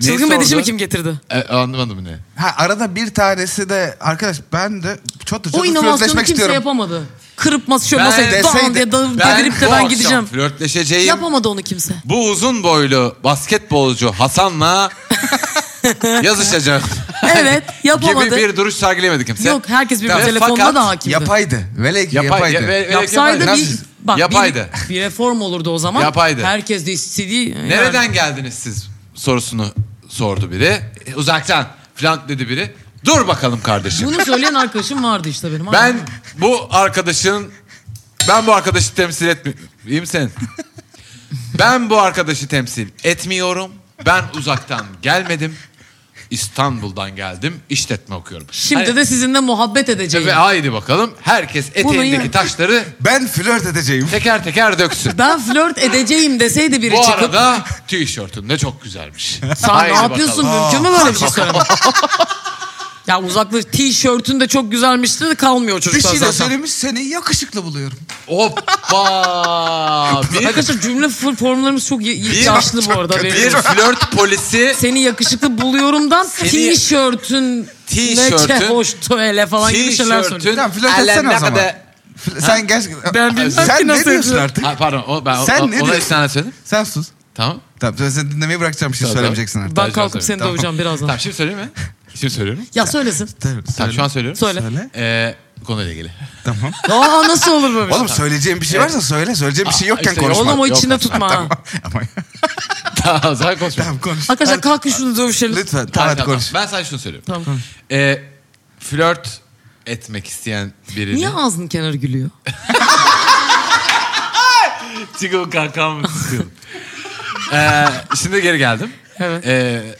Speaker 1: Ne
Speaker 3: Çılgın bedişimi
Speaker 1: sordu?
Speaker 3: kim getirdi?
Speaker 1: E, anlamadım ne?
Speaker 2: Ha, arada bir tanesi de arkadaş ben de çatır
Speaker 3: O
Speaker 2: çatır
Speaker 3: inovasyonu
Speaker 2: flörtleşmek
Speaker 3: kimse
Speaker 2: istiyorum.
Speaker 3: yapamadı. Kırıp mas şöyle
Speaker 1: Ben
Speaker 3: masayı dağın
Speaker 2: deseydi-
Speaker 3: diye dağın
Speaker 1: Ben
Speaker 3: devirip de
Speaker 1: bu
Speaker 3: ben
Speaker 1: akşam
Speaker 3: gideceğim.
Speaker 1: flörtleşeceğim.
Speaker 3: Yapamadı onu kimse.
Speaker 1: Bu uzun boylu basketbolcu Hasan'la yazışacağım.
Speaker 3: Evet yapamadı.
Speaker 1: Gibi bir duruş sergileyemedi kimse.
Speaker 3: Yok herkes bir
Speaker 1: Tamam,
Speaker 3: telefonda
Speaker 1: fakat-
Speaker 3: da hakimdi.
Speaker 2: Yapaydı. Velev ki
Speaker 1: Yapay-
Speaker 2: yapaydı.
Speaker 1: ya- ve- ve-
Speaker 3: Yapsaydı
Speaker 1: yapaydı.
Speaker 3: bir,
Speaker 1: Nasıl?
Speaker 3: bak, bir-
Speaker 1: Yapaydı.
Speaker 3: Bir, reform olurdu o zaman.
Speaker 1: Yapaydı.
Speaker 3: Herkes de istediği. yani.
Speaker 1: Nereden geldiniz siz sorusunu sordu biri. E, Uzaktan falan dedi biri. Dur bakalım kardeşim.
Speaker 3: Bunu söyleyen arkadaşım vardı işte benim.
Speaker 1: Ben bu arkadaşın ben bu arkadaşı temsil etmiyorum. İyi misin? Ben bu arkadaşı temsil etmiyorum. Ben uzaktan gelmedim. İstanbul'dan geldim. İşletme okuyorum.
Speaker 3: Şimdi
Speaker 1: Hani-
Speaker 3: de sizinle muhabbet edeceğim.
Speaker 1: Ve haydi bakalım. Herkes
Speaker 3: yine-
Speaker 1: eteğindeki taşları
Speaker 2: Ben flört edeceğim.
Speaker 1: teker teker döksün.
Speaker 3: Ben flört edeceğim deseydi biri
Speaker 1: Bu
Speaker 3: çıkıp.
Speaker 1: arada tişörtün de çok güzelmiş.
Speaker 3: Sen
Speaker 1: Haydi
Speaker 3: ne yapıyorsun?
Speaker 1: bakalım.
Speaker 3: Mümkün mü böyle bir şey söylemek? ya uzaklaş. Tişörtün de çok güzelmişti de kalmıyor
Speaker 2: Bir
Speaker 3: çocuklar
Speaker 2: şey de
Speaker 3: zaten.
Speaker 2: söylemiş seni yakışıklı buluyorum.
Speaker 1: Hoppa! Bir,
Speaker 3: Arkadaşlar cümle f- formlarımız çok y-
Speaker 1: Bir-
Speaker 3: yaşlı bu arada.
Speaker 1: bir
Speaker 3: Benim.
Speaker 1: flört polisi
Speaker 3: Seni yakışıklı buluyorumdan tişörtün
Speaker 1: Tişörtün-
Speaker 3: ne hoştu hele falan gibi şeyler söylüyor.
Speaker 1: tişörtün
Speaker 2: Tamam flört etsene o zaman.
Speaker 1: alemde-
Speaker 2: Fl- Sen gerçekten...
Speaker 3: Ben bilmem
Speaker 2: Sen
Speaker 3: ki
Speaker 2: ne
Speaker 3: nasıl
Speaker 2: diyorsun
Speaker 3: yapıyor.
Speaker 2: artık?
Speaker 1: Ha, pardon o, ben o,
Speaker 2: Sen ne
Speaker 1: ona
Speaker 2: diyorsun?
Speaker 1: istinaden söyledim.
Speaker 2: Sen sus.
Speaker 1: Tamam.
Speaker 2: Tamam sen- sen dinlemeyi bırakacağım bir şey
Speaker 1: Tamam,
Speaker 2: söylemeyeceksin artık.
Speaker 3: Ben kalkıp seni
Speaker 1: Tamam.
Speaker 3: döveceğim birazdan.
Speaker 1: Tamam şimdi söyleyeyim mi? Şimdi söylüyorum.
Speaker 3: Ya söylesin.
Speaker 2: Tamam,
Speaker 1: Tamam şu an söylüyorum.
Speaker 3: Söyle.
Speaker 2: Söyle.
Speaker 1: Ee, konuyla ilgili.
Speaker 2: Tamam.
Speaker 3: Aa nasıl olur böyle? bir şey?
Speaker 2: Oğlum söyleyeceğim bir şey varsa söyle. Söyleyeceğim bir şey yokken
Speaker 1: işte,
Speaker 2: konuşma.
Speaker 3: Oğlum o
Speaker 1: yok,
Speaker 3: içinde
Speaker 1: yok.
Speaker 3: tutma ha.
Speaker 2: Ama
Speaker 1: Tamam zaten konuşmayalım.
Speaker 2: tamam konuş.
Speaker 3: Arkadaşlar
Speaker 2: Hadi,
Speaker 3: kalkın şunu dövüşelim.
Speaker 2: Lütfen tamam
Speaker 1: Hayır,
Speaker 2: hadi
Speaker 1: tamam,
Speaker 2: konuş.
Speaker 1: Ben sadece şunu söylüyorum.
Speaker 3: Tamam.
Speaker 1: Ee, flört etmek isteyen birini...
Speaker 3: Niye ağzının kenarı gülüyor?
Speaker 1: Çünkü o kankamı tutuyorum. Ee, şimdi geri geldim.
Speaker 3: Evet.
Speaker 1: Ee,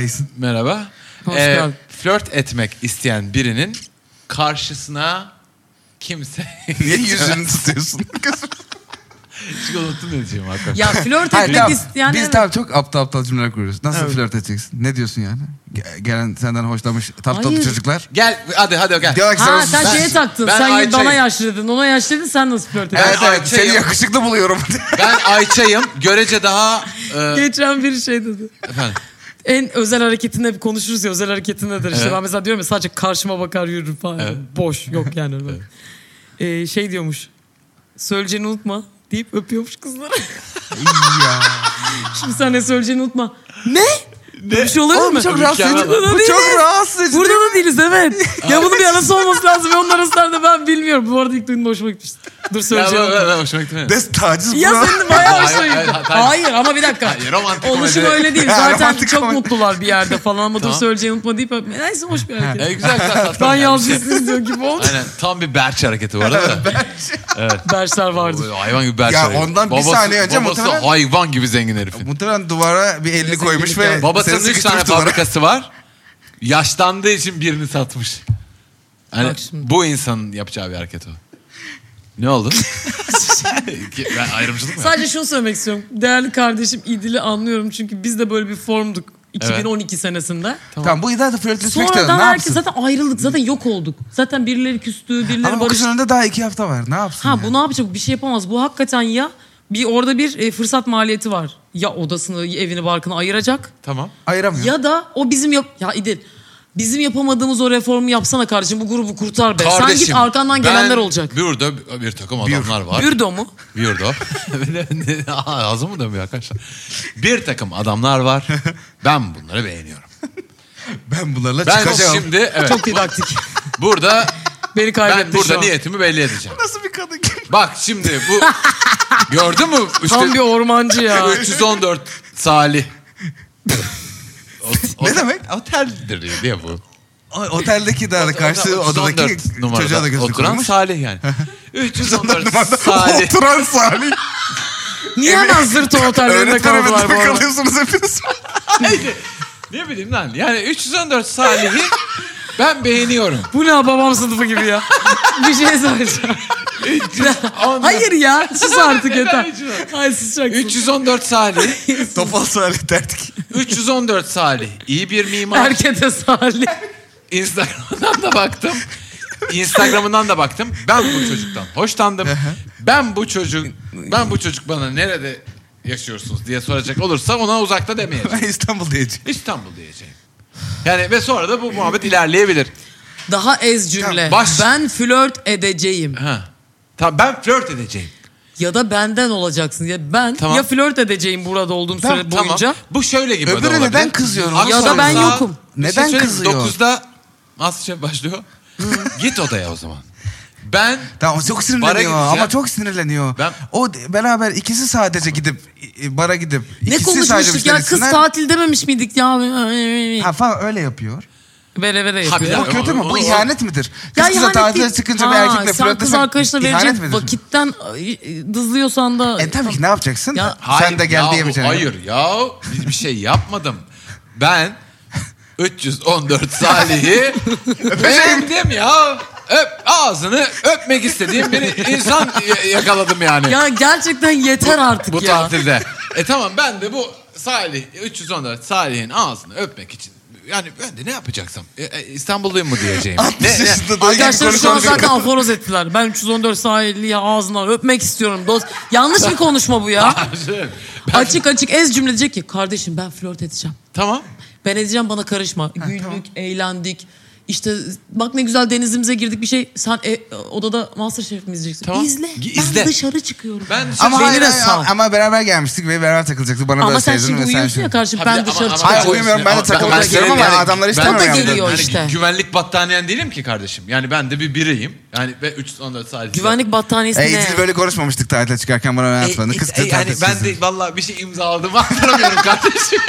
Speaker 2: iyisin.
Speaker 1: merhaba.
Speaker 3: Hoş
Speaker 1: Ee,
Speaker 3: geldin.
Speaker 1: flört etmek isteyen birinin karşısına kimse...
Speaker 2: Niye yüzünü tutuyorsun?
Speaker 1: Çünkü unuttum ne diyeceğim arkadaşlar.
Speaker 3: Ya flört
Speaker 2: Hayır,
Speaker 3: etmek
Speaker 2: tamam.
Speaker 3: isteyen...
Speaker 2: Biz
Speaker 3: evet.
Speaker 2: tamam çok aptal aptal cümleler kuruyoruz. Nasıl flört edeceksin? Ne diyorsun yani? Ge- Gelen senden hoşlanmış tatlı
Speaker 3: Hayır.
Speaker 2: çocuklar.
Speaker 1: Gel hadi hadi gel.
Speaker 2: Diyorlar ki
Speaker 3: Ha
Speaker 2: sana
Speaker 3: sen şey-
Speaker 2: sus.
Speaker 3: şeye taktın.
Speaker 1: ben
Speaker 3: sen
Speaker 1: Ayça'yım.
Speaker 3: bana yaşlı dedin. Ona yaşlı dedin. Sen nasıl flört ediyorsun?
Speaker 2: Evet
Speaker 1: Ben
Speaker 2: evet seni
Speaker 1: Ayça'yım.
Speaker 2: yakışıklı buluyorum.
Speaker 1: Ben Ayça'yım. Görece daha... e,
Speaker 3: Geçen bir şey dedi.
Speaker 1: efendim.
Speaker 3: En özel hareketinde hep konuşuruz ya özel hareketi nedir? İşte
Speaker 1: Evet.
Speaker 3: ben mesela diyorum ya sadece karşıma bakar yürürüm falan.
Speaker 1: Evet.
Speaker 3: Boş yok yani. öyle. Ee, şey diyormuş. Söyleyeceğini unutma deyip öpüyormuş kızları.
Speaker 2: İyi ya.
Speaker 3: Şimdi sen ne söyleyeceğini unutma. Ne? Böyle bir şey olur
Speaker 2: Oğlum
Speaker 3: mu?
Speaker 2: bu çok rahatsız edici.
Speaker 3: Burada da
Speaker 2: Bu çok
Speaker 3: değiliz.
Speaker 2: rahatsız edici.
Speaker 3: Burada da değiliz evet. ya bunun bir arası olması lazım. Ve onun arasında da ben bilmiyorum. Bu arada ilk duyduğumda hoşuma gitmişti. Dur
Speaker 1: Ya,
Speaker 3: söyleyeceğim.
Speaker 1: ben, ben, ben hoşuma gitmedi.
Speaker 2: Des taciz bu.
Speaker 3: Ya senin bayağı hoşuna
Speaker 1: Hayır,
Speaker 3: gitti.
Speaker 1: hayır, hayır.
Speaker 3: Hayır ama bir dakika.
Speaker 1: Hayır, romantik
Speaker 3: Oluşum
Speaker 1: komedi.
Speaker 3: öyle değil.
Speaker 2: Ya,
Speaker 3: Zaten
Speaker 2: romantik
Speaker 3: çok
Speaker 2: komedi.
Speaker 3: mutlular bir yerde falan ama dur
Speaker 1: Tamam.
Speaker 3: söyleyeceğini unutma deyip öpme. Neyse hoş bir hareket.
Speaker 1: E, güzel güzel tatlı.
Speaker 3: Ben
Speaker 1: Yani. şey-
Speaker 3: yalnızsınız diyor gibi oldu.
Speaker 1: Aynen tam bir berç hareketi var arada.
Speaker 3: Dersler vardı.
Speaker 1: Hayvan gibi berç
Speaker 2: Ya
Speaker 1: hareketi.
Speaker 2: ondan bir
Speaker 1: babası,
Speaker 2: saniye önce
Speaker 1: Babası
Speaker 2: muhtemelen-
Speaker 1: hayvan gibi zengin herifin.
Speaker 2: Muhtemelen duvara bir elini koymuş ve
Speaker 1: Babasının
Speaker 2: seni
Speaker 1: üç tane
Speaker 2: sıkıştırmış duvara.
Speaker 1: fabrikası var. Yaşlandığı için birini satmış. Hani
Speaker 3: Bak şimdi.
Speaker 1: bu insanın yapacağı bir hareket o. Ne oldu? Ki ben ayrımcılık mı? yaptım?
Speaker 3: Sadece şunu söylemek istiyorum. Değerli kardeşim İdil'i anlıyorum çünkü biz de böyle bir formduk. 2012 senesinde.
Speaker 2: Tamam bu iddia da flört etmek istiyor.
Speaker 3: Sonradan
Speaker 2: Ne
Speaker 3: herkes
Speaker 2: yapsın?
Speaker 3: zaten ayrıldık. Zaten yok olduk. Zaten birileri küstü, birileri
Speaker 2: Ama bu
Speaker 3: barıştı.
Speaker 2: kızın önünde daha iki hafta var. Ne
Speaker 3: Ha
Speaker 2: yapsın? yani?
Speaker 3: bu ne yapacak? Bir şey yapamaz. Bu hakikaten ya bir orada bir e, fırsat maliyeti var. Ya odasını, evini, barkını ayıracak.
Speaker 1: Tamam.
Speaker 2: Ayıramıyor.
Speaker 3: Ya da o bizim yap ya İdil bizim yapamadığımız o reformu yapsana kardeşim bu grubu kurtar be. Sen git arkandan gelenler
Speaker 1: ben
Speaker 3: olacak.
Speaker 1: Bürdo bir- bir takım adamlar var.
Speaker 3: Bürdo mu?
Speaker 1: Bürdo. Aa, Ağzım mı dönmüyor arkadaşlar? Bir takım adamlar var. Ben bunları beğeniyorum.
Speaker 2: Ben bunlarla
Speaker 1: Ben
Speaker 2: çıkacağım.
Speaker 1: şimdi evet,
Speaker 3: Çok didaktik.
Speaker 1: burada
Speaker 3: Beni kaybetti
Speaker 1: ben burada
Speaker 3: şu an.
Speaker 1: niyetimi belli edeceğim.
Speaker 2: Nasıl bir kadın ki?
Speaker 1: Bak şimdi bu gördün mü? İşte
Speaker 3: Tam bir ormancı ya.
Speaker 1: 314 Salih. O-
Speaker 2: Ne
Speaker 1: o-
Speaker 2: demek?
Speaker 1: Oteldir diye bu.
Speaker 2: O- Oteldeki de hani karşı odadaki
Speaker 1: 314 numarada
Speaker 2: çocuğa da gözünü
Speaker 1: Oturan
Speaker 2: koymuş.
Speaker 1: Salih yani. 314 Salih.
Speaker 2: Oturan Salih.
Speaker 3: Niye hemen zırt o otellerinde
Speaker 2: Öğretmen
Speaker 3: kaldılar bu
Speaker 2: evinde
Speaker 3: arada?
Speaker 2: kalıyorsunuz hepiniz.
Speaker 1: ne bileyim lan yani 314 Salih'i ben beğeniyorum.
Speaker 3: Bu ne ya, babam sınıfı gibi ya. bir şey söyleyeceğim. Hayır ya sus artık
Speaker 1: Neden
Speaker 3: yeter.
Speaker 1: hiç yok?
Speaker 3: Hayır susacaksın.
Speaker 1: 314 Salih.
Speaker 2: Topal Salih derdik.
Speaker 1: 314 Salih. İyi bir mimar.
Speaker 3: Herkese salih.
Speaker 1: Instagram'dan da baktım. Instagram'ından da baktım. Ben bu çocuktan hoşlandım. Ben bu çocuk ben bu çocuk bana nerede yaşıyorsunuz diye soracak olursa ona uzakta demeyeceğim.
Speaker 2: İstanbul diyeceğim.
Speaker 1: İstanbul diyeceğim. Yani ve sonra da bu muhabbet ilerleyebilir.
Speaker 3: Daha ez cümle.
Speaker 1: Ya baş-
Speaker 3: Ben flört edeceğim.
Speaker 1: Ha. Tamam ben flört edeceğim.
Speaker 3: Ya da benden olacaksın. Ya ben
Speaker 1: Tamam.
Speaker 3: ya flört edeceğim burada olduğum süre
Speaker 1: Tamam.
Speaker 3: boyunca.
Speaker 1: Bu şöyle gibi
Speaker 2: Öbürü
Speaker 1: de olabilir.
Speaker 2: neden kızıyorum?
Speaker 1: Akşam
Speaker 3: Ya da ben
Speaker 1: saat-
Speaker 3: yokum.
Speaker 1: Bir
Speaker 2: Neden
Speaker 1: söyleyeyim,
Speaker 2: kızıyor?
Speaker 1: 9'da Masterchef şey başlıyor. Git odaya o zaman. Ben
Speaker 2: Tamam çok
Speaker 1: Bara
Speaker 2: sinirleniyor
Speaker 1: gideceğiz
Speaker 2: ama
Speaker 1: ya.
Speaker 2: çok sinirleniyor.
Speaker 1: Ben-
Speaker 2: O de- beraber ikisi sadece gidip e, bara gidip
Speaker 3: Ne
Speaker 2: ikisi sadece
Speaker 3: konuşmuştuk ya kız
Speaker 2: müşterisinden-
Speaker 3: tatil dememiş miydik ya?
Speaker 2: Ha falan öyle yapıyor.
Speaker 3: Vere vere
Speaker 1: Ha, bir
Speaker 3: yapıyor.
Speaker 1: dakika.
Speaker 2: Bu kötü mü?
Speaker 1: o- o-
Speaker 2: Bu ihanet midir? Kız
Speaker 3: Ya
Speaker 2: kıza
Speaker 3: ihanet
Speaker 2: tatile
Speaker 3: değil.
Speaker 2: çıkınca bir
Speaker 3: Ha,
Speaker 2: erkekle
Speaker 3: sen kız
Speaker 2: flörtleşmek
Speaker 3: arkadaşına
Speaker 2: ihanet
Speaker 3: verecek
Speaker 2: midir?
Speaker 3: vakitten ay, dızlıyorsan da...
Speaker 2: E tabii ki ne yapacaksın?
Speaker 3: Ya-
Speaker 1: Hayır
Speaker 2: Sen de gel
Speaker 1: yahu,
Speaker 2: diyemeyeceksin.
Speaker 1: Hayır ya bir bir şey yapmadım. Ben 314 Salih'i beğendim ya. Öp ağzını öpmek istediğim bir insan y- yakaladım yani.
Speaker 3: Ya gerçekten yeter artık
Speaker 1: bu
Speaker 3: ya.
Speaker 1: tatilde. E tamam ben de bu Salih 314 Salih'in ağzını öpmek için yani ben de ne yapacaksam e, e, İstanbulluyum mu diyeceğim. ne,
Speaker 2: Biz
Speaker 1: ne?
Speaker 2: işte daha yeni
Speaker 3: Arkadaşlar şu an
Speaker 2: konuşuyoruz.
Speaker 3: zaten aforoz ettiler. Ben 314 sahilliye ağzından öpmek istiyorum. Dost. Yanlış bir konuşma bu ya.
Speaker 1: Ben-
Speaker 3: Açık açık ez cümle diyecek ki kardeşim ben flört edeceğim.
Speaker 1: tamam.
Speaker 3: Ben edeceğim bana karışma. Güldük, eğlendik. İşte bak ne güzel denizimize girdik bir şey. Sen e, odada Masterchef mi izleyeceksin?
Speaker 1: Tamam.
Speaker 3: İzle.
Speaker 1: Gi-
Speaker 3: Ben
Speaker 1: izle.
Speaker 3: dışarı çıkıyorum.
Speaker 1: Ben
Speaker 2: Ama,
Speaker 3: Beni
Speaker 2: hayır,
Speaker 3: de
Speaker 2: hayır,
Speaker 3: sal.
Speaker 2: ama beraber gelmiştik ve beraber takılacaktık. Bana
Speaker 3: ama
Speaker 2: böyle
Speaker 3: sen
Speaker 2: sevdin
Speaker 3: şimdi
Speaker 2: ve sen
Speaker 3: uyuyorsun ya
Speaker 2: şimdi-
Speaker 3: kardeşim
Speaker 1: Abi
Speaker 3: ben
Speaker 1: ama-
Speaker 3: dışarı
Speaker 1: ama-
Speaker 3: çıkıyorum.
Speaker 2: Hayır, uyumuyorum, ben de takılmak
Speaker 1: ben- ben
Speaker 2: istiyorum ama
Speaker 1: geliyorum.
Speaker 2: adamlar
Speaker 3: O da
Speaker 2: istemiyor yani.
Speaker 3: geliyor
Speaker 1: Yani Hani
Speaker 3: işte.
Speaker 1: güvenlik battaniyen değilim ki kardeşim. Yani ben de bir bireyim. Yani ve 314 Salih.
Speaker 3: Güvenlik e, battaniyesi
Speaker 2: E,
Speaker 3: ne?
Speaker 2: İdil böyle konuşmamıştık tatile çıkarken bana öyle atmadın. Kız kız
Speaker 1: E, yani
Speaker 2: tatile
Speaker 1: ben de valla bir şey imzaladım hatırlamıyorum kardeşim.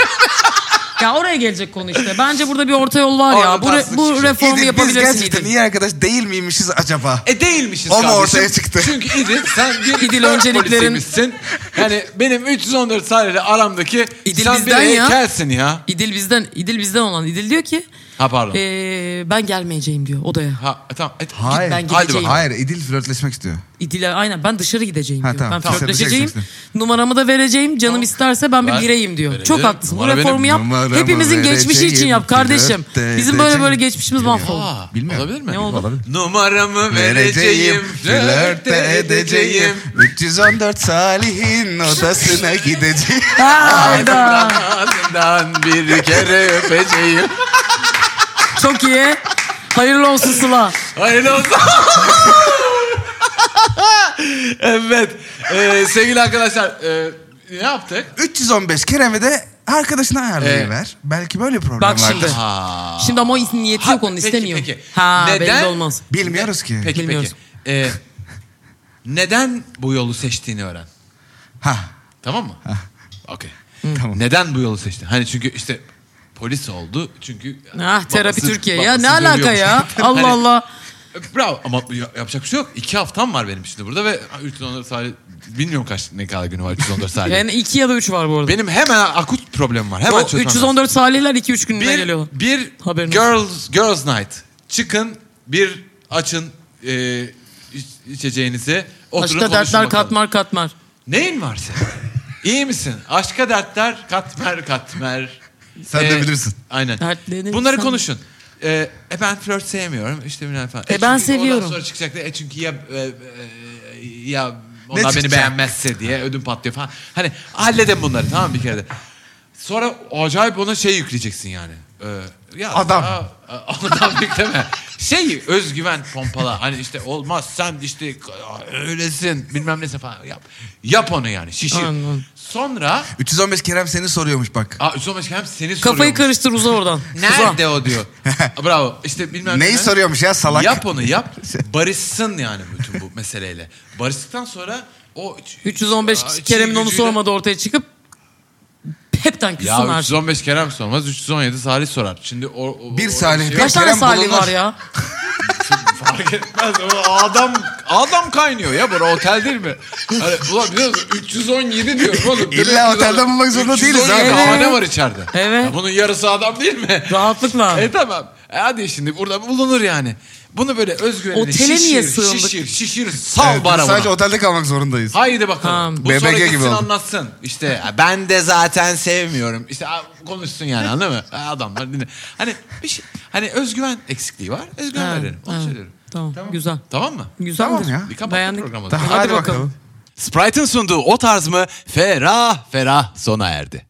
Speaker 3: Ya oraya gelecek konu işte. Bence burada bir orta yol var ya.
Speaker 1: Orada
Speaker 3: Bu, re-
Speaker 1: tatsızlık
Speaker 3: bu
Speaker 1: çıkacak.
Speaker 3: reformu
Speaker 2: biz
Speaker 3: yapabilirsin
Speaker 2: gerçekten
Speaker 3: İdil.
Speaker 2: iyi arkadaş değil miymişiz acaba?
Speaker 1: E değilmişiz
Speaker 2: O mu
Speaker 1: kardeşim.
Speaker 2: ortaya çıktı?
Speaker 1: Çünkü İdil sen bir
Speaker 3: İdil
Speaker 1: flört
Speaker 3: önceliklerin-
Speaker 1: polisimizsin. Yani benim 314 Salih'le aramdaki
Speaker 3: İdil
Speaker 1: sen bir
Speaker 3: bizden ya.
Speaker 1: heykelsin ya.
Speaker 3: İdil bizden, İdil bizden olan. İdil diyor ki
Speaker 1: Ha pardon.
Speaker 3: "Ee, ben gelmeyeceğim diyor odaya.
Speaker 1: ha tamam. E,
Speaker 2: Hayır.
Speaker 3: Ben
Speaker 1: Hadi
Speaker 3: gideceğim.
Speaker 1: bakalım.
Speaker 2: Hayır İdil flörtleşmek istiyor.
Speaker 3: İdil'e aynen ben dışarı gideceğim
Speaker 2: Ha,
Speaker 3: diyor.
Speaker 2: tamam,
Speaker 3: ben
Speaker 2: tamam.
Speaker 3: flörtleşeceğim.
Speaker 2: Dışarı
Speaker 3: Numaramı da vereceğim. Canım isterse ben bir
Speaker 1: Ver,
Speaker 3: bireyim diyor.
Speaker 1: verelim.
Speaker 3: Çok haklısın. Bu
Speaker 1: Numara
Speaker 3: reformu
Speaker 1: benim.
Speaker 3: yap.
Speaker 2: Numaramı
Speaker 3: Hepimizin geçmişi için yap
Speaker 2: vereceğim,
Speaker 3: kardeşim.
Speaker 2: flört
Speaker 3: Bizim böyle böyle
Speaker 2: edeceğim.
Speaker 3: geçmişimiz mahvoldu.
Speaker 1: Aa,
Speaker 2: Bilmiyorum.
Speaker 1: Olabilir mi?
Speaker 3: Ne oldu?
Speaker 2: Olabilir.
Speaker 1: Numaramı vereceğim.
Speaker 2: Vereceğim,
Speaker 1: Flört de edeceğim.
Speaker 2: 314 Salih'in odasına gideceğim.
Speaker 3: Hayda.
Speaker 1: Ağzından bir kere öpeceğim.
Speaker 3: Çok iyi. Hayırlı olsun Sıla.
Speaker 1: Hayırlı olsun. evet. Ee, sevgili arkadaşlar. e, ne yaptık?
Speaker 2: 315 Kerem'i de arkadaşına ayarlayıver. Belki böyle problem
Speaker 3: Bak
Speaker 2: vardır.
Speaker 3: şimdi. Şimdi ama o niyeti yok onun
Speaker 1: peki,
Speaker 3: istemiyor.
Speaker 1: peki.
Speaker 3: Ha
Speaker 1: Neden?
Speaker 3: belli de olmaz.
Speaker 2: Bilmiyoruz ki.
Speaker 1: Peki
Speaker 3: Bilmiyoruz.
Speaker 1: peki. Ee, neden bu yolu seçtiğini öğren.
Speaker 2: Ha.
Speaker 1: Tamam mı? Okey.
Speaker 2: Tamam.
Speaker 1: Neden bu yolu seçtin? Hani çünkü işte polis oldu çünkü...
Speaker 3: Ah terapi
Speaker 1: babası-
Speaker 3: Türkiye ya
Speaker 1: babası
Speaker 3: ne alaka
Speaker 1: dövüyormuş.
Speaker 3: ya?
Speaker 1: Hani-
Speaker 3: Allah Allah.
Speaker 1: Bravo ama ya- yapacak bir şey yok. İki haftam var benim şimdi burada ve 314 saat bilmiyorum kaç ne kadar günü var 314 saat.
Speaker 3: Yani iki ya da üç var bu arada.
Speaker 1: Benim hemen akut problemim var. Hemen
Speaker 3: O
Speaker 1: çözmem
Speaker 3: 314 salihler 2-3
Speaker 1: lazım.
Speaker 3: gününe
Speaker 1: bir,
Speaker 3: geliyorlar.
Speaker 1: bir
Speaker 3: Haberiniz
Speaker 1: girls, girls night. Çıkın bir açın e, iç- içeceğinizi. Oturun
Speaker 3: Başka
Speaker 1: konuşun
Speaker 3: dertler
Speaker 1: bakalım.
Speaker 3: katmar katmar.
Speaker 1: Neyin var senin? İyi misin? Aşka dertler katmer katmer.
Speaker 2: Sen de bilirsin.
Speaker 1: Aynen.
Speaker 3: Dertlenirsen-
Speaker 1: Bunları konuşun. Ee, e ben flört sevmiyorum işte bilmem falan.
Speaker 3: E ben
Speaker 1: çünkü ondan
Speaker 3: seviyorum.
Speaker 1: sonra çıkacak da, e çünkü ya e, e, ya onlar beni
Speaker 2: çıkacak?
Speaker 1: beğenmezse diye ödüm patlıyor falan. Hani halledin bunları tamam mı bir kere de. Sonra acayip ona şey yükleyeceksin yani. Ee, ya,
Speaker 2: Adam.
Speaker 1: ya, e, adam yükleme. Şey özgüven pompala. Hani işte olmaz sen işte öylesin bilmem ne falan yap. Yap onu yani şişir.
Speaker 3: Anladım.
Speaker 1: Sonra
Speaker 2: 315 Kerem seni soruyormuş bak.
Speaker 1: Aa, Hüsam Başkan hem seni soruyor.
Speaker 3: Kafayı karıştır uza oradan. Uza.
Speaker 1: Nerede o diyor. Bravo. İşte bilmem
Speaker 2: Neyi
Speaker 1: ne.
Speaker 2: soruyormuş ya salak?
Speaker 1: Yap onu yap. Barışsın yani bütün bu meseleyle. Barıştıktan sonra o...
Speaker 3: 315
Speaker 1: Aa, çiğ
Speaker 3: Kerem'in onu
Speaker 1: gücüyle-
Speaker 3: sormadı ortaya çıkıp hepten şey. küssün
Speaker 1: Ya
Speaker 3: artık.
Speaker 1: 315 Kerem sormaz, 317 Salih sorar. Şimdi o... o-
Speaker 2: Bir
Speaker 1: o-
Speaker 2: Salih,
Speaker 1: şey-
Speaker 2: bir-
Speaker 3: Kaç tane
Speaker 2: Kerem
Speaker 3: Salih
Speaker 2: bulunur.
Speaker 3: var ya?
Speaker 1: Fark etmez. O adam, adam kaynıyor ya. Bura otel değil mi? Hani, ulan biliyor musun? 317 diyorum oğlum.
Speaker 2: İlla otelde bulmak zorunda değiliz abi.
Speaker 1: 317
Speaker 3: Evet.
Speaker 1: hane var içeride.
Speaker 3: Evet.
Speaker 1: Ya bunun yarısı adam değil mi?
Speaker 3: Rahatlıkla.
Speaker 1: E tamam. E hadi şimdi burada bulunur yani. Bunu böyle özgüvenle
Speaker 3: Otele
Speaker 1: şişir,
Speaker 3: niye sığındık?
Speaker 1: şişir, şişir, sal
Speaker 2: Evet, biz
Speaker 1: bana
Speaker 2: sadece
Speaker 1: bunu.
Speaker 2: otelde kalmak zorundayız.
Speaker 1: Haydi bakalım.
Speaker 3: Ha,
Speaker 1: Bu sonra
Speaker 2: BBG gibi
Speaker 1: gitsin
Speaker 2: oldu.
Speaker 1: anlatsın. İşte "Ya ben de zaten sevmiyorum. İşte "Aa, konuşsun yani anladın mı? Aa, Adamlar dinle. Hani bir şey, hani özgüven eksikliği var. Özgüven
Speaker 3: Ha,
Speaker 1: verelim. Onu
Speaker 3: ha.
Speaker 1: söylüyorum.
Speaker 3: Tamam, güzel.
Speaker 1: Tamam mı?
Speaker 3: Güzeldir.
Speaker 2: Tamam ya.
Speaker 1: Bir kapattık
Speaker 3: Beğendik.
Speaker 1: programı.
Speaker 2: Tamam,
Speaker 3: Hadi bakalım.
Speaker 1: Sprite'ın sunduğu o tarz mı? Ferah ferah sona erdi.